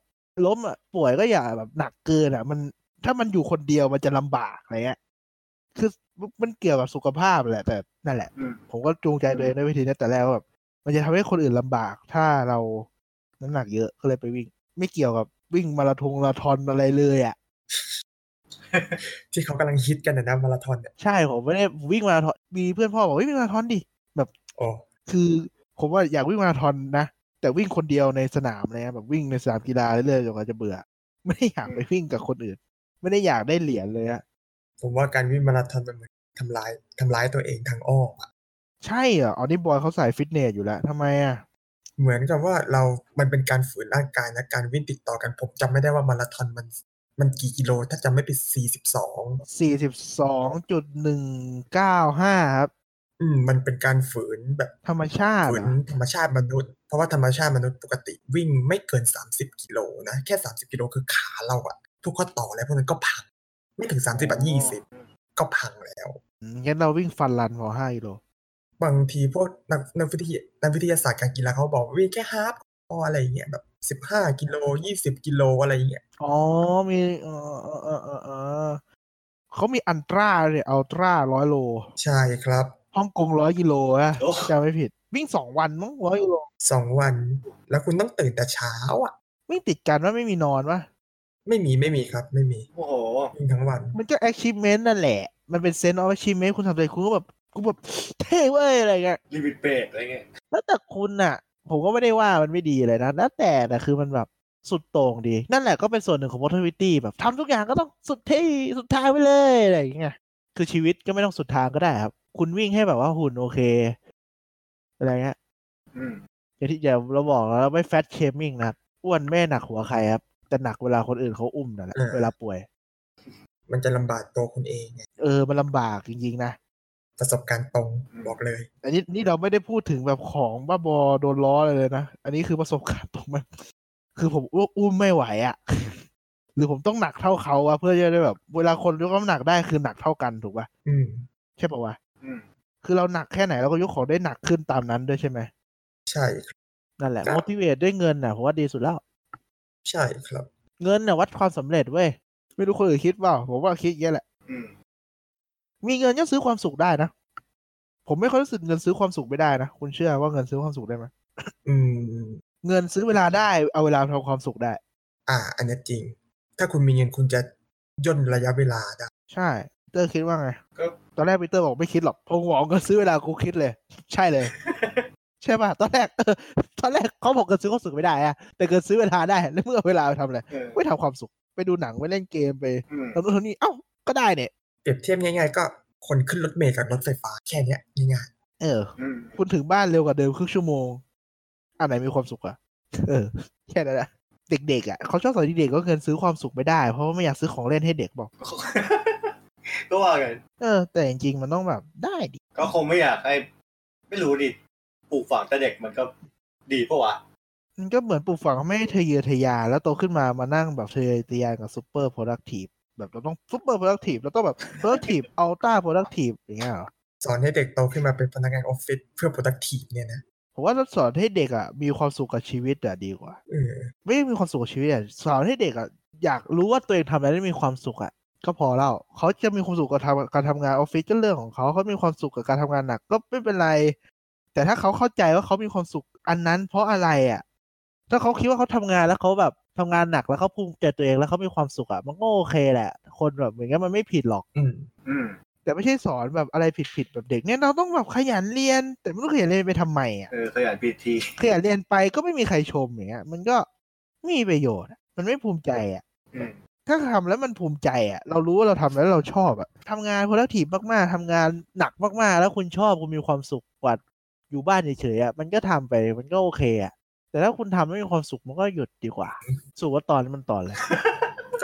S1: ล้มอะป่วยก็อย่าแบบหนักเกินอะมันถ้ามันอยู่คนเดียวมันจะลำบากอะไรเงี้ยคือมันเกี่ยวกับสุขภาพแหละ แต่นั่นแหละ
S3: อืม
S1: ผมก็จูงใจตัวเองด้วยวิธีนี้แต่แล้วแบบ มันจะทำให้คนอื่นลำบาก ถ้าเราน้ำหนักเยอะก็เลยไปวิ่ง ไม่เกี่ยวกับวิ่งมาราธงมาราธอนอะไรเลยอ่ะ
S2: ที่เขากำลังฮิตกันนะนะมาราธอนเนี่ย
S1: ใช่ผมไม่ได้วิ่งมาราธอนมีเพื่อนพ่อบอกวิ่งมาราธอนดิ
S2: โอ้
S1: คือผมว่าอยากวิ่งมาราธอนนะ แต่วิ่งคนเดียวในสนามเลยนะแบบวิ่งในสนามกีฬาเรื่อยๆจนกว่าจะเบื่อ ไม่ได้อยากไปวิ่งกับคนอื่น ไม่ได้อยากได้เหรียญเลยอะ
S2: ผมว่าการวิ่งมาราธอนมันเหมือนทำร้ายทำร้ายตัวเองทางอ้อมอะ
S1: ใช่เหรอออนี่บอยเขาใส่ฟิตเนสอยู่แล้วทำไมอะ
S2: เหมือนกับว่าเรา มันเป็นการฝืนร่างกายนะการวิ่งติดต่อกันผมจำไม่ได้ว่ามาราธอนมัน มันกี่กิโล ถ้าจำไม่ผิดสี่สิบสอง
S1: สี่สิบสองจุดหนึ่งเก้าห้าครับ
S2: อืมมันเป็นการฝืนแบบ
S1: ธรรมชาติ
S2: ฝืน
S1: เหรอ
S2: ธรรมชาติมนุษย์ เพราะว่าธรรมชาติมนุษย์ปกติวิ่งไม่เกิน 30กิโลนะ แค่ 30กิโลคือขาเราอะพวกข้อต่ออะไรพวกนั้นก็พัง ไม่ถึง 30บาทยี่สิบก็พังแล้ว
S1: อืมงั้นเราวิ่งฟันลันพอห้ากิโล
S2: บางทีพวกนักนักวิทยานักวิทยาศาสตร์การกีฬาเขาบอกว่าวิ่งแค่ฮาล์ฟพออะไรอย่างเงี้ยแบบสิบห้ากิโลยี่สิบกิโลอะไรอย่างเงี้ย
S1: อ๋อ มีเออเออเออเออเออเขามีอันตราเลยอัลตราร้อยโล
S2: ใช่ครับ
S1: ฮ่องกงร้อยกิโลอะ
S3: โอ้
S1: จำไม่ผิด วิ่งสองวันมั้งร้อยกิโล
S2: สองวัน แล้วคุณต้องตื่นแต่เช้าอะ
S1: วิ่งติดกันว่าไม่มีนอนวะ
S2: ไม่มีไม่มีครับ ไม่มี
S3: โอ้โห
S2: วิ่งทั้งวัน
S1: มันก็ achievement นั่นแหละ มันเป็น sense of achievement คุณทำอะไรคุณก็แบบกูแบบ เท่เว้ยอะไรเงี้ย
S3: ลิมิตเบรกอะไรเงี้ย
S1: แล้วแต่คุณน่ะ ผมก็ไม่ได้ว่ามันไม่ดีเลยนะแล้วแต่แต่คือมันแบบสุดโต่งดี นั่นแหละก็เป็นส่วนหนึ่งของ positivity แบบทำทุกอย่างก็ต้องสุดที่สุดทางไปเลยอะไรอย่างเงี้ยคือชีวิตก็ไม่ต้องสุดทางก็ได้ครับ คุณวิ่งให้แบบว่าหุ่นโอเค อะไรเงี้ย
S3: อืม
S1: อย่างที่เดี๋ยวเราบอกแล้วไม่แฟตเชมิ่งนะครับอ้วนแม่หนักหัวใครครับ แต่หนักเวลาคนอื่นเขาอุ้มนั่นแหละ
S2: เออ
S1: เวลาป่วย
S2: มันจะลำบากตัวคุณเองไง
S1: เออมันลำบากจริงๆนะ
S2: ประสบการณ์ตรง
S3: อืม
S2: บอกเลย
S1: อันนี้นี่เราไม่ได้พูดถึงแบบของบ้าบอโดนล้ออะไรเลยนะ อันนี้คือประสบการณ์ตรงมัน คือผมอ้วกอุ้มไม่ไหวอะ่ะ หรือผมต้องหนักเท่าเขาอะเพื่อจะได้แบบ เวลาคนยกน้ำหนักได้คือหนักเท่ากันถูกปะ
S2: อืม
S1: ใช่ปะวะ
S3: อืม
S1: คือเราหนักแค่ไหนเราก็ยกของได้หนักขึ้นตามนั้นด้วยใช่ไหม
S2: ใช่ครับ
S1: นั่นแหละ motivate ด้วยเงินน่ะผมว่าดีสุดแล้ว
S2: ใช่ครับ
S1: เงินน่ะวัดความสำเร็จเว้ยไม่รู้คนอื่นคิดเปล่าผมว่าคิดเยอะแหละ
S3: อืม
S1: มีเงินก็ซื้อความสุขได้นะผมไม่ค่อยรู้สึกเงินซื้อความสุขไม่ได้นะคุณเชื่อว่าเงินซื้อความสุขได้ไหม
S2: อืม
S1: เงินซื้อเวลาได้เอาเวลาทำความสุขได้
S2: อ่า อันเนี้ยจริง ถ้าคุณมีเงินคุณจะย่นระยะเวลาได้
S1: ใช่ปีเตอร์คิดว่าไง
S3: ก็
S1: ตอนแรกปีเตอร์บอกไม่คิดหรอกพอบอกเงินซื้อเวลากูคิดเลย ใช่ เลย ใช่ป่ะตอนแรกเอ อตอนแรกเขาบอกเงินซื้อความสุขไม่ได้อะแต่เงินซื้อเวลาได้แล้วเมื่อเอาเวลาไปทำอะไร
S3: เออ
S1: ไม่ทำความสุข ไปดูหนังไปเล่นเกมไป
S3: อืม
S1: ทำนู่นทำนี่เอ้าก็ได้เนี่ย
S2: เปรียบเทียบง่ายๆ ก็คนขึ้นรถเมล์กับรถไฟฟ้าแค่เนี้ยง่าย
S1: เออ
S3: อืม
S1: คุณถึงบ้านเร็วกว่าเดิมครึ่งชั่วโมงอันไหนมีความสุขอะเออแค่นั้นแหละเด็กๆอ่ะเขาชอบสอนเด็กๆว่าเงินซื้อความสุขไม่ได้เพราะว่าไม่อยากซื้อของเล่นให้เด็กบอก
S3: ก็ว่ากัน
S1: เออ แต่จริงๆมันต้องแบบได้ดิ
S3: ก็คงไม่อยากให้ ไม่รู้ดิปลูกฝังแต่เด็กมันก็ดีปะวะ
S1: มันก็เหมือนปลูกฝังไม่ให้ทะเยอทะยานแล้วโตขึ้นมามานั่งแบบทะเยอทะยานกับซูเปอร์โปรดักทีฟแบบเราต้องซูเปอร์โปรดักทีฟเราต้องแบบโปรดักทีฟอัลต้าโปรดักทีฟอย่างเงี้ยเหรอ
S2: ๆ สอนให้เด็กโตขึ้นมาเป็นพนักงานออฟฟิศเพื่อ productive เนี่ยนะ
S1: ผมว่าเราสอนให้เด็กอ่ะมีความสุขกับชีวิตอะดีกว่า
S2: เออ
S1: ไม่ได้มีความสุขกับชีวิตอะสอนให้เด็กอ่ะอยากรู้ว่าตัวเองทำอะไรได้มีความสุขอ่ะก็พอแล้วเขาจะมีความสุขกับทำการทำงานออฟฟิศก็เรื่องของเขาเขามีความสุขกับการทำงานหนักก็ไม่เป็นไร แต่ถ้าเขาเข้าใจว่าเขามีความสุขอันนั้น เพราะอะไรอ่ะ ถ้าเขาคิดว่าเขาทำงานแล้วเขาแบบทำงานหนักแล้วเขาภูมิใจตัวเองแล้วเขามีความสุขอ่ะมันก็โอเคแหละ คนแบบอย่างเงี้ยมันไม่ผิดหรอก
S2: อืม
S3: อืม
S1: แต่ไม่ใช่สอนแบบอะไรผิดๆแบบเด็กเนี่ยเราต้องแบบขยันเรียน แต่ไม่รู้ขยันเรียนไปทำไมอ่ะ
S3: เออขยันพีที
S1: ข ยันเรียนไปก็ไม่มีใครชมอย่างเงี้ยมันก็ไม่มีประโยชน์อะมันไม่ภูมิใจอ่ะ
S3: อืม
S1: ถ้าทำแล้วมันภูมิใจอ่ะ เรารู้ว่าเราทำแล้วเราชอบอ่ะทำงานพลัทีฟมากๆทำงานหนักมากๆ แล้วคุณชอบคุณมีความสุขกว่าอยู่บ้านเฉยๆอ่ะมันก็ทำไปมันก็โอเคอ่ะ แต่ถ้าคุณทำไม่มีความสุขมันก็หยุดดีกว่า สุว่าตอนนี้มันตอนเลย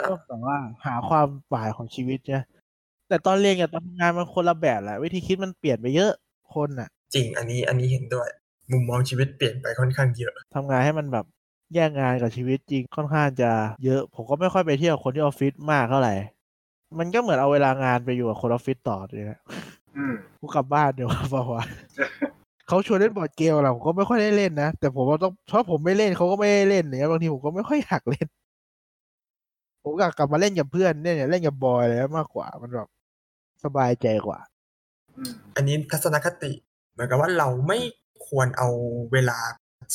S1: ก็แบบว่าหาความหมายของชีวิตเนี่ยแต่ตอนเรียนกับตอนทำงานมันคนละแบบแหละวิธีคิดมันเปลี่ยนไปเยอะคนอ่ะ
S2: จริง อันนี้ อันนี้เห็นด้วย มุมมองชีวิตเปลี่ยนไปค่อนข้างเยอะ
S1: ทำงานให้มันแบบแยกงานกับชีวิตจริงค่อนข้างจะเยอะ ผมก็ไม่ค่อยไปเที่ยวคนที่ออฟฟิศมากเท่าไหร่มันก็เหมือนเอาเวลางานไปอยู่กับคนออฟฟิศต่อเลยนะ
S3: อืม
S1: กูกลับบ้านเดี๋ยวครับบอกว่า ข เขาชวนเล่นบอร์ดเกมเราผมก็ไม่ค่อยได้เล่นนะ แต่ผมว่าต้องเพราะผมไม่เล่นเขาก็ไม่ได้เล่นเนี่ยบางทีผมก็ไม่ค่อยอยากเล่น ผมอยากกลับมาเล่นกับเพื่อนเล่นเนี่ยเล่นกับบอยอะไรมากกว่า มันแบบสบายใจกว่า
S3: อืม
S2: อันนี้ทัศนคติ เหมือนกับว่าเราไม่ควรเอาเวลา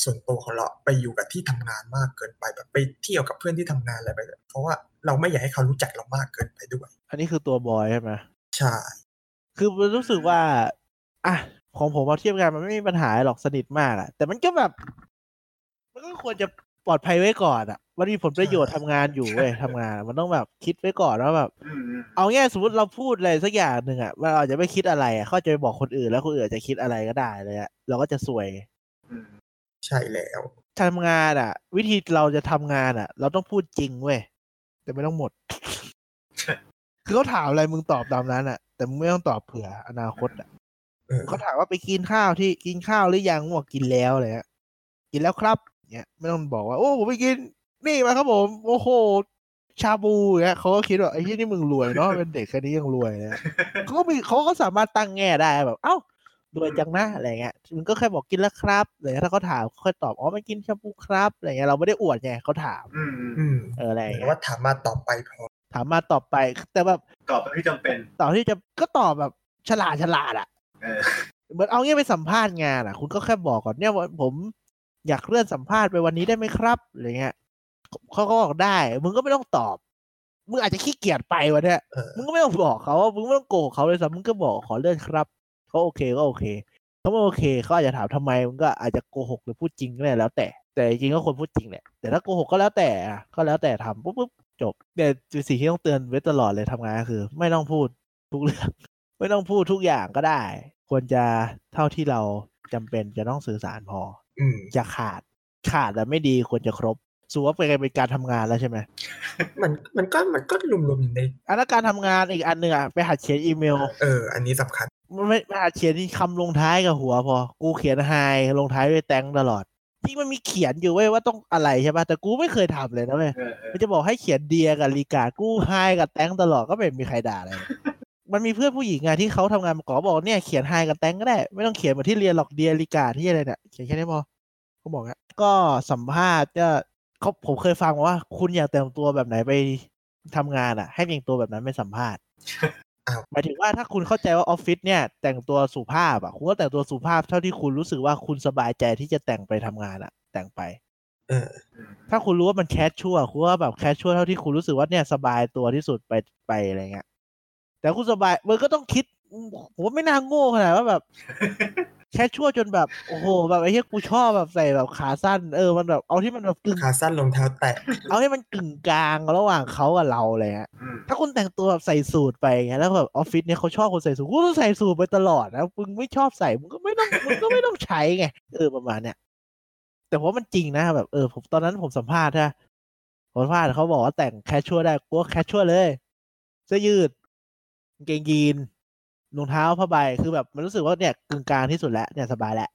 S2: ส่วนตัวของเราไปอยู่กับที่ทำงานมากเกินไปแบบไปเที่ยวกับเพื่อนที่ทำงานอะไรไปเลยเพราะว่าเราไม่อยากให้เขารู้จักเรามากเกินไปด้วย
S1: อันนี้คือตัวบอยใช่ไหม
S2: ใช่
S1: คือมันรู้สึกว่า อ่ะ ของผมมาเทียบกันมันไม่มีปัญหาหรอกสนิทมากอะแต่มันก็แบบ มันก็ควรจะปลอดภัยไว้ก่อนอะมันมีผลประโยชน์ทำงานอยู่เว้ยทำงาน มันต้องแบบคิดไว้ก่อนว่าแบบ
S3: อืมอืม
S1: เอาง่ายสมมติเราพูดอะไรสักอย่างหนึ่งอะเราอาจจะไม่คิดอะไรอะเขาอาจจะไปบอกคนอื่นแล้วคนอื่นอาจจะคิดอะไรก็ได้เลยอะเราก็จะสวย
S3: อืม
S2: ใช่แล้ว
S1: ทำงานอะวิธีเราจะทำงานอะเราต้องพูดจริงเว้ยแต่ไม่ต้องหมด คือเขาถามอะไรมึงตอบตามนั้นอะแต่มึงไม่ต้องตอบเผื่ออนาคตอะ
S2: เออ
S1: เขาถามว่าไปกินข้าวที่กินข้าวหรือยังบอกกินแล้วอะไรเลยกินแล้วครับเนี่ยไม่ต้องบอกว่า โอ้ผมไปกิน นี่มาครับผมโอ้โหชาบูเนี่ยเขาก็คิดว่าไอ้ที่นี่มึงรวย เนาะเป็นเด็กแค่นี้ยังรวยเลยเขาก็มีเขาก็สามารถตั้งแง่ได้แบบ เอ้ารวยจังนะอะไรเงี้ยมึงก็แค่บอกกินแล้วครับอะไรเงี้ยถ้าเขาถามก็ค่อยตอบอ๋อมันกินชาบูครับอะไรเงี้ยเราไม่ได้อวดไงเขาถาม
S3: อืมอืม
S2: อืม
S1: เอออะไร
S2: เหมือนกับ
S1: เงี้ย
S2: ว่าถามมาต่อไปพอ
S1: ถามมาตอบไป แต่แบบ
S3: ตอบไปที่จำเป็น
S1: ตอบที่จะก็ตอบแบบฉลาดฉลาดอะ
S3: เออ
S1: เหมือนเอาเงี้ยไปสัมภาษณ์งานอ่ะ คุณก็แค่บอกก่อนเนี่ยว่าผมอยากเลื่อนสัมภาษณ์ไปวันนี้ได้ไหมครับอะไรเงี้ยเขาก็บอกได้ มึงก็ไม่ต้องตอบ มึงอาจจะขี้เกียจไปวันเนี้ย
S2: เออ
S1: มึงก็ไม่ต้องบอกเขาว่ามึงไม่ต้องโกหกเขาเลยซ้ำมึงก็บอกขอเลื่อนครับเขาโอเคก็โอเคเขาไม่โอเคเขาอาจจะถามทำไมมึงก็อาจจะโกหกหรือพูดจริงก็ได้แล้ว แต่แต่จริงๆก็ควรพูดจริงแหละแต่ถ้าโกหกก็แล้วแต่อ่ะก็แล้วแต่ทำปุ๊บปุ๊บจบแต่สิ่งที่ต้องเตือนไว้ตลอดเลยทำงานก็คือ ไม่ต้องพูดทุกเรื่อง ไม่ต้องพูดทุกอย่างก็ได้ ควรจะเท่าที่เราจำเป็นจะต้องสื่อสารพอ
S2: อืม
S1: จะขาดขาดแต่ไม่ดีควรจะครบสูว่าเป็นไงเป็นการทำงานแล้วใช่ไหม
S2: มันมันก็มันก็รวมๆอยู่ใน
S1: อันนั้นการทำงานอีกอันหนึ่งอ่ะไปหัดเขียนอีเมล
S2: เออ อันนี้สำคัญ
S1: มันไม่ไปหัดเขียนที่คำลงท้ายกับหัวพอ กูเขียนไฮลงท้ายด้วยแตงตลอดจริงมันมีเขียนอยู่เว้ยว่าต้องอะไรใช่ป่ะแต่กูไม่เคยทำเลยนะเว้ย
S3: เออเออ
S1: มันจะบอกให้เขียนเดียกับลีกากู้ไฮกับแตงตลอดก็ไม่มีใครด่า เลย มันมีเพื่อนผู้หญิงอะที่เขาทำงานมาก่อนบอกเนี่ยเขียนไฮกับแตงก็ได้ ไม่ต้องเขียนเหมือนที่เรียนหรอกเดียลีกาที่อะไรเนี่ยเขียนแค่นี้พอเขาบอกงั้นก็สัมภาษณ์ก็เขาผมเคยฟังมาว่า คุณอยากแต่งตัวแบบไหนไปทำงานอะให้แต่งตัวแบบนั้นไปสัมภาษณ์
S2: อ้าว
S1: หมายถึงว่าถ้าคุณเข้าใจว่าออฟฟิศเนี่ย แต่งตัวสุภาพอะคุณก็แต่งตัวสุภาพเท่าที่คุณรู้สึกว่าคุณสบายใจที่จะแต่งไปทำงานอะแต่งไป
S2: เออ
S3: อืม
S1: ถ้าคุณรู้ว่ามันแคชชั่วคุณว่าแบบแคชชั่วเท่าที่คุณรู้สึกว่าเนี่ยสบายตัวที่สุดไปไปอะไรเงี้ยแต่คุณสบายมันก็ต้องคิดผมว่าไม่น่าโง่ขนาดว่าแบบ แคชชั่วจนแบบโอ้โหแบบไอ้เหี้ยกูชอบแบบใส่แบบขาสั้นเออมันแบบเอาที่มันแบบกึ่ง
S2: ขาสั้นรองเท้าแตะ
S1: เอาให้มันกึ่งกลางระหว่างเขากับเราอะไรเงี้ย
S3: อืม
S1: ถ้าคุณแต่งตัวแบบใส่สูทไปเงี้ยแล้วแบบออฟฟิศเนี่ยเขาชอบคนใส่สูทกูต้องใส่สูทไปตลอดนะมึงไม่ชอบใส่มึงก็ไม่ต้องมึงก็ไม่ต้องใช้ไงเออประมาณเนี้ย แต่ผมว่ามันจริงนะแบบเออผมตอนนั้นผมสัมภาษณ์นะผมสัมภาษณ์เขาบอกว่าแต่งแคชชัวได้กูก็แคชชัวเลยเสื้อยืดกางเกงยีนรองเท้าผ้าใบคือแบบมันรู้สึกว่าเนี่ยกึ่งกลางที่สุดแล้วเนี่ยสบายแล้ว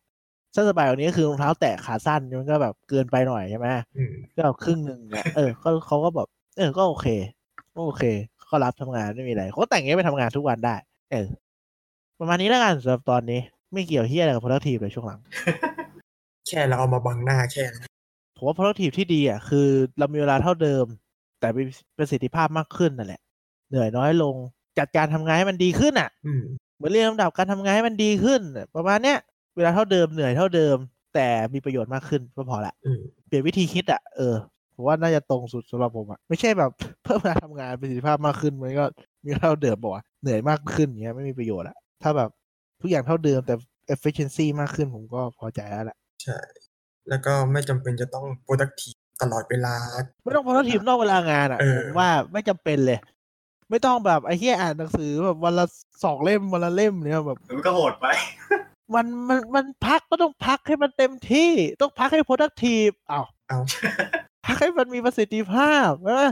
S1: ถ้าสบายกว่านี้ก็คือรองเท้าแตะขาสั้นมันก็แบบเกินไปหน่อยใช่ไหม
S2: อืม
S1: ก็แบบครึ่งหนึ่งเนี่ยเออก็เขาก็แบบเออก็โอเคก็โอเคก็รับทำงานไม่มีอะไรเขาก็แต่งอย่างนี้ยไปทำงานทุกวันได้ เออ ประมาณนี้แล้วกันสำหรับตอนนี้ ไม่เกี่ยวเฮียอะไรกับพลังทีมเลยช่วงหลัง
S2: แค่เราเอามาบังหน้าแค่นั้น
S1: ผมว่า productive ที่ดีอ่ะคือเรามีเวลาเท่าเดิม แต่มีประสิทธิภาพมากขึ้นนั่นแหละ เหนื่อยน้อยลงจัดการทำงานให้มันดีขึ้นอ่ะ
S2: อืม
S1: เหมือนเรียนลำดับการทำงานให้มันดีขึ้น ประมาณเนี้ยเวลาเท่าเดิมเหนื่อยเท่าเดิม แต่มีประโยชน์มากขึ้นก็พอละ
S2: อืม
S1: เปลี่ยนวิธีคิดอ่ะเออผมว่าน่าจะตรงสุดสำหรับผมอ่ะไม่ใช่แบบ เพิ่มเวลาทำงานประสิทธิภาพมากขึ้นมันก็มีเท่าเดิมบอกว่าเหนื่อยมากขึ้นอย่างเงี้ยไม่มีประโยชน์ละถ้าแบบทุกอย่างเท่าเดิมแต่ efficiency มากขึ้นผมก็พอใจแล้วล่ะ
S2: ใช่ แล้วก็ไม่จำเป็นจะต้อง productive ตลอดเวลา
S1: ไม่ต้องพนักทีมนอกเวลางานอ่ะ
S2: เออ
S1: ผมว่าไม่จำเป็นเลย ไม่ต้องแบบไอ้เหี้ยอ่านหนังสือแบบวันละสองเล่มวันละเล่มเนี่ยแบบ
S3: หรือมันก็โหดไป
S1: มันมันมันพักก็ต้องพักให้มันเต็มที่ต้องพักให้ productive อ้าว
S2: เอา
S1: พักให้มันมีประสิทธิภาพใช่ไหม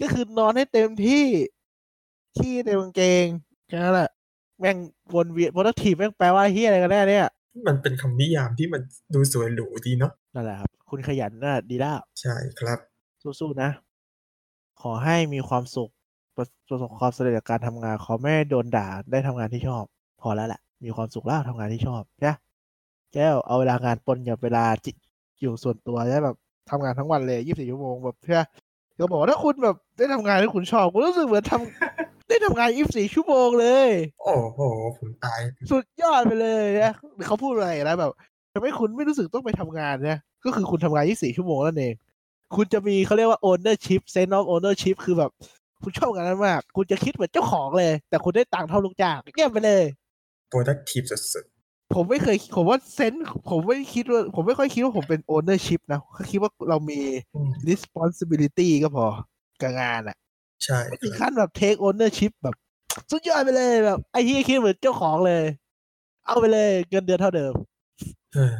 S1: ก็คือนอนให้เต็มที่ขี้ในกางเกงแค่นั้นแหละแม่งวนเวียน productive แม่งแปลว่าไอ้เหี้ยอะไรกันแน่เนี่ย
S2: มันเป็นคำนิยามที่มันดูสวยหรูดีเนาะ
S1: นั่นแหละครับ คุณขยันน่ะดีแล้ว
S2: ใช่ครับ
S1: สู้ๆนะ ขอให้มีความสุข ประประสบความสำเร็จจากการทำงาน ขอไม่โดนด่าได้ทำงานที่ชอบ พอแล้วแหละ มีความสุขแล้วทำงานที่ชอบนะ แก้วเอาเวลางานปนกับเวลาจิอยู่ส่วนตัวได้แบบทำงานทั้งวันเลยยี่สิบชั่วโมงแบบเพื่อก็บอกว่าถ้าคุณแบบได้ทำงานที่คุณชอบคุณรู้สึกเหมือนทำ ได้ทำงานยี่สิบสี่ชั่วโมงเลย
S2: โอ้โห ผมตาย
S1: สุดยอดไปเลยนะหรือเขาพูดอะไรนะแบบทำให้คุณไม่รู้สึกต้องไปทำงานนะก็คือคุณทำงาน 24 ชั่วโมงนั่นเอง คุณจะมีเขาเรียกว่า ownership sense of ownership คือแบบ คุณชอบงานนั้นมาก คุณจะคิดเหมือนเจ้าของเลย แต่คุณได้ตังค์เท่าลูกจ้างเยี่ยมไปเลย
S2: productive สุด
S1: ผมไม่เคยผมว่าเซนผมไม่คิดว่าผมไม่ค่อยคิดว่าผมเป็น ownership นะก็คิดว่าเรามี
S2: ๆอืม
S1: responsibility ก็พอกับงานอะ
S2: ใช่
S1: ไม่ถึงขั้นแบบ take ownership แบบ สุดยอดไปเลยแบบ ไอ้ที่คิดเหมือนเจ้าของเลย เอาไปเลยเงินเดือนเท่าเดิม
S2: เออ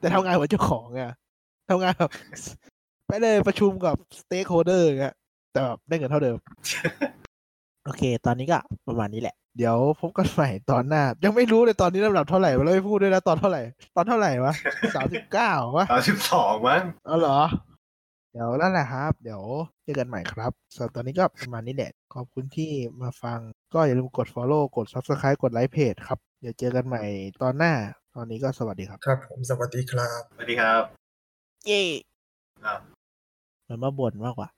S1: แต่ทำงานเหมือนเจ้าของไงทำงานแบบ ไปเลยประชุมกับ stakeholder อย่างเงี้ยแต่แบบได้เงินเท่าเดิม โอเค ตอนนี้ก็ประมาณนี้แหละ เดี๋ยวพบกันใหม่ตอนหน้า ยังไม่รู้เลยตอนนี้ลำดับเท่าไหร่เราไม่พูดด้วยนะตอนเท่าไหร่ ตอนเท่าไหร่วะสามสิบเก้าวะ
S3: สามสิบสองมั้ง
S1: เอาเหรอ เดี๋ยวนั่นแหละครับ เดี๋ยวเจอกันใหม่ครับสำหรับตอนนี้ก็ประมาณนี้แหละ ขอบคุณที่มาฟัง ก็อย่าลืมกด follow กด subscribe กดไลค์เพจครับ เดี๋ยวเจอกันใหม่ตอนหน้า ตอนนี้ก็สวัสดีครับ
S2: ครับผมสวัสดีครับ
S3: สวัสดีครับ
S1: เย่
S3: ครับ
S1: มันมาบ่นมากกว่า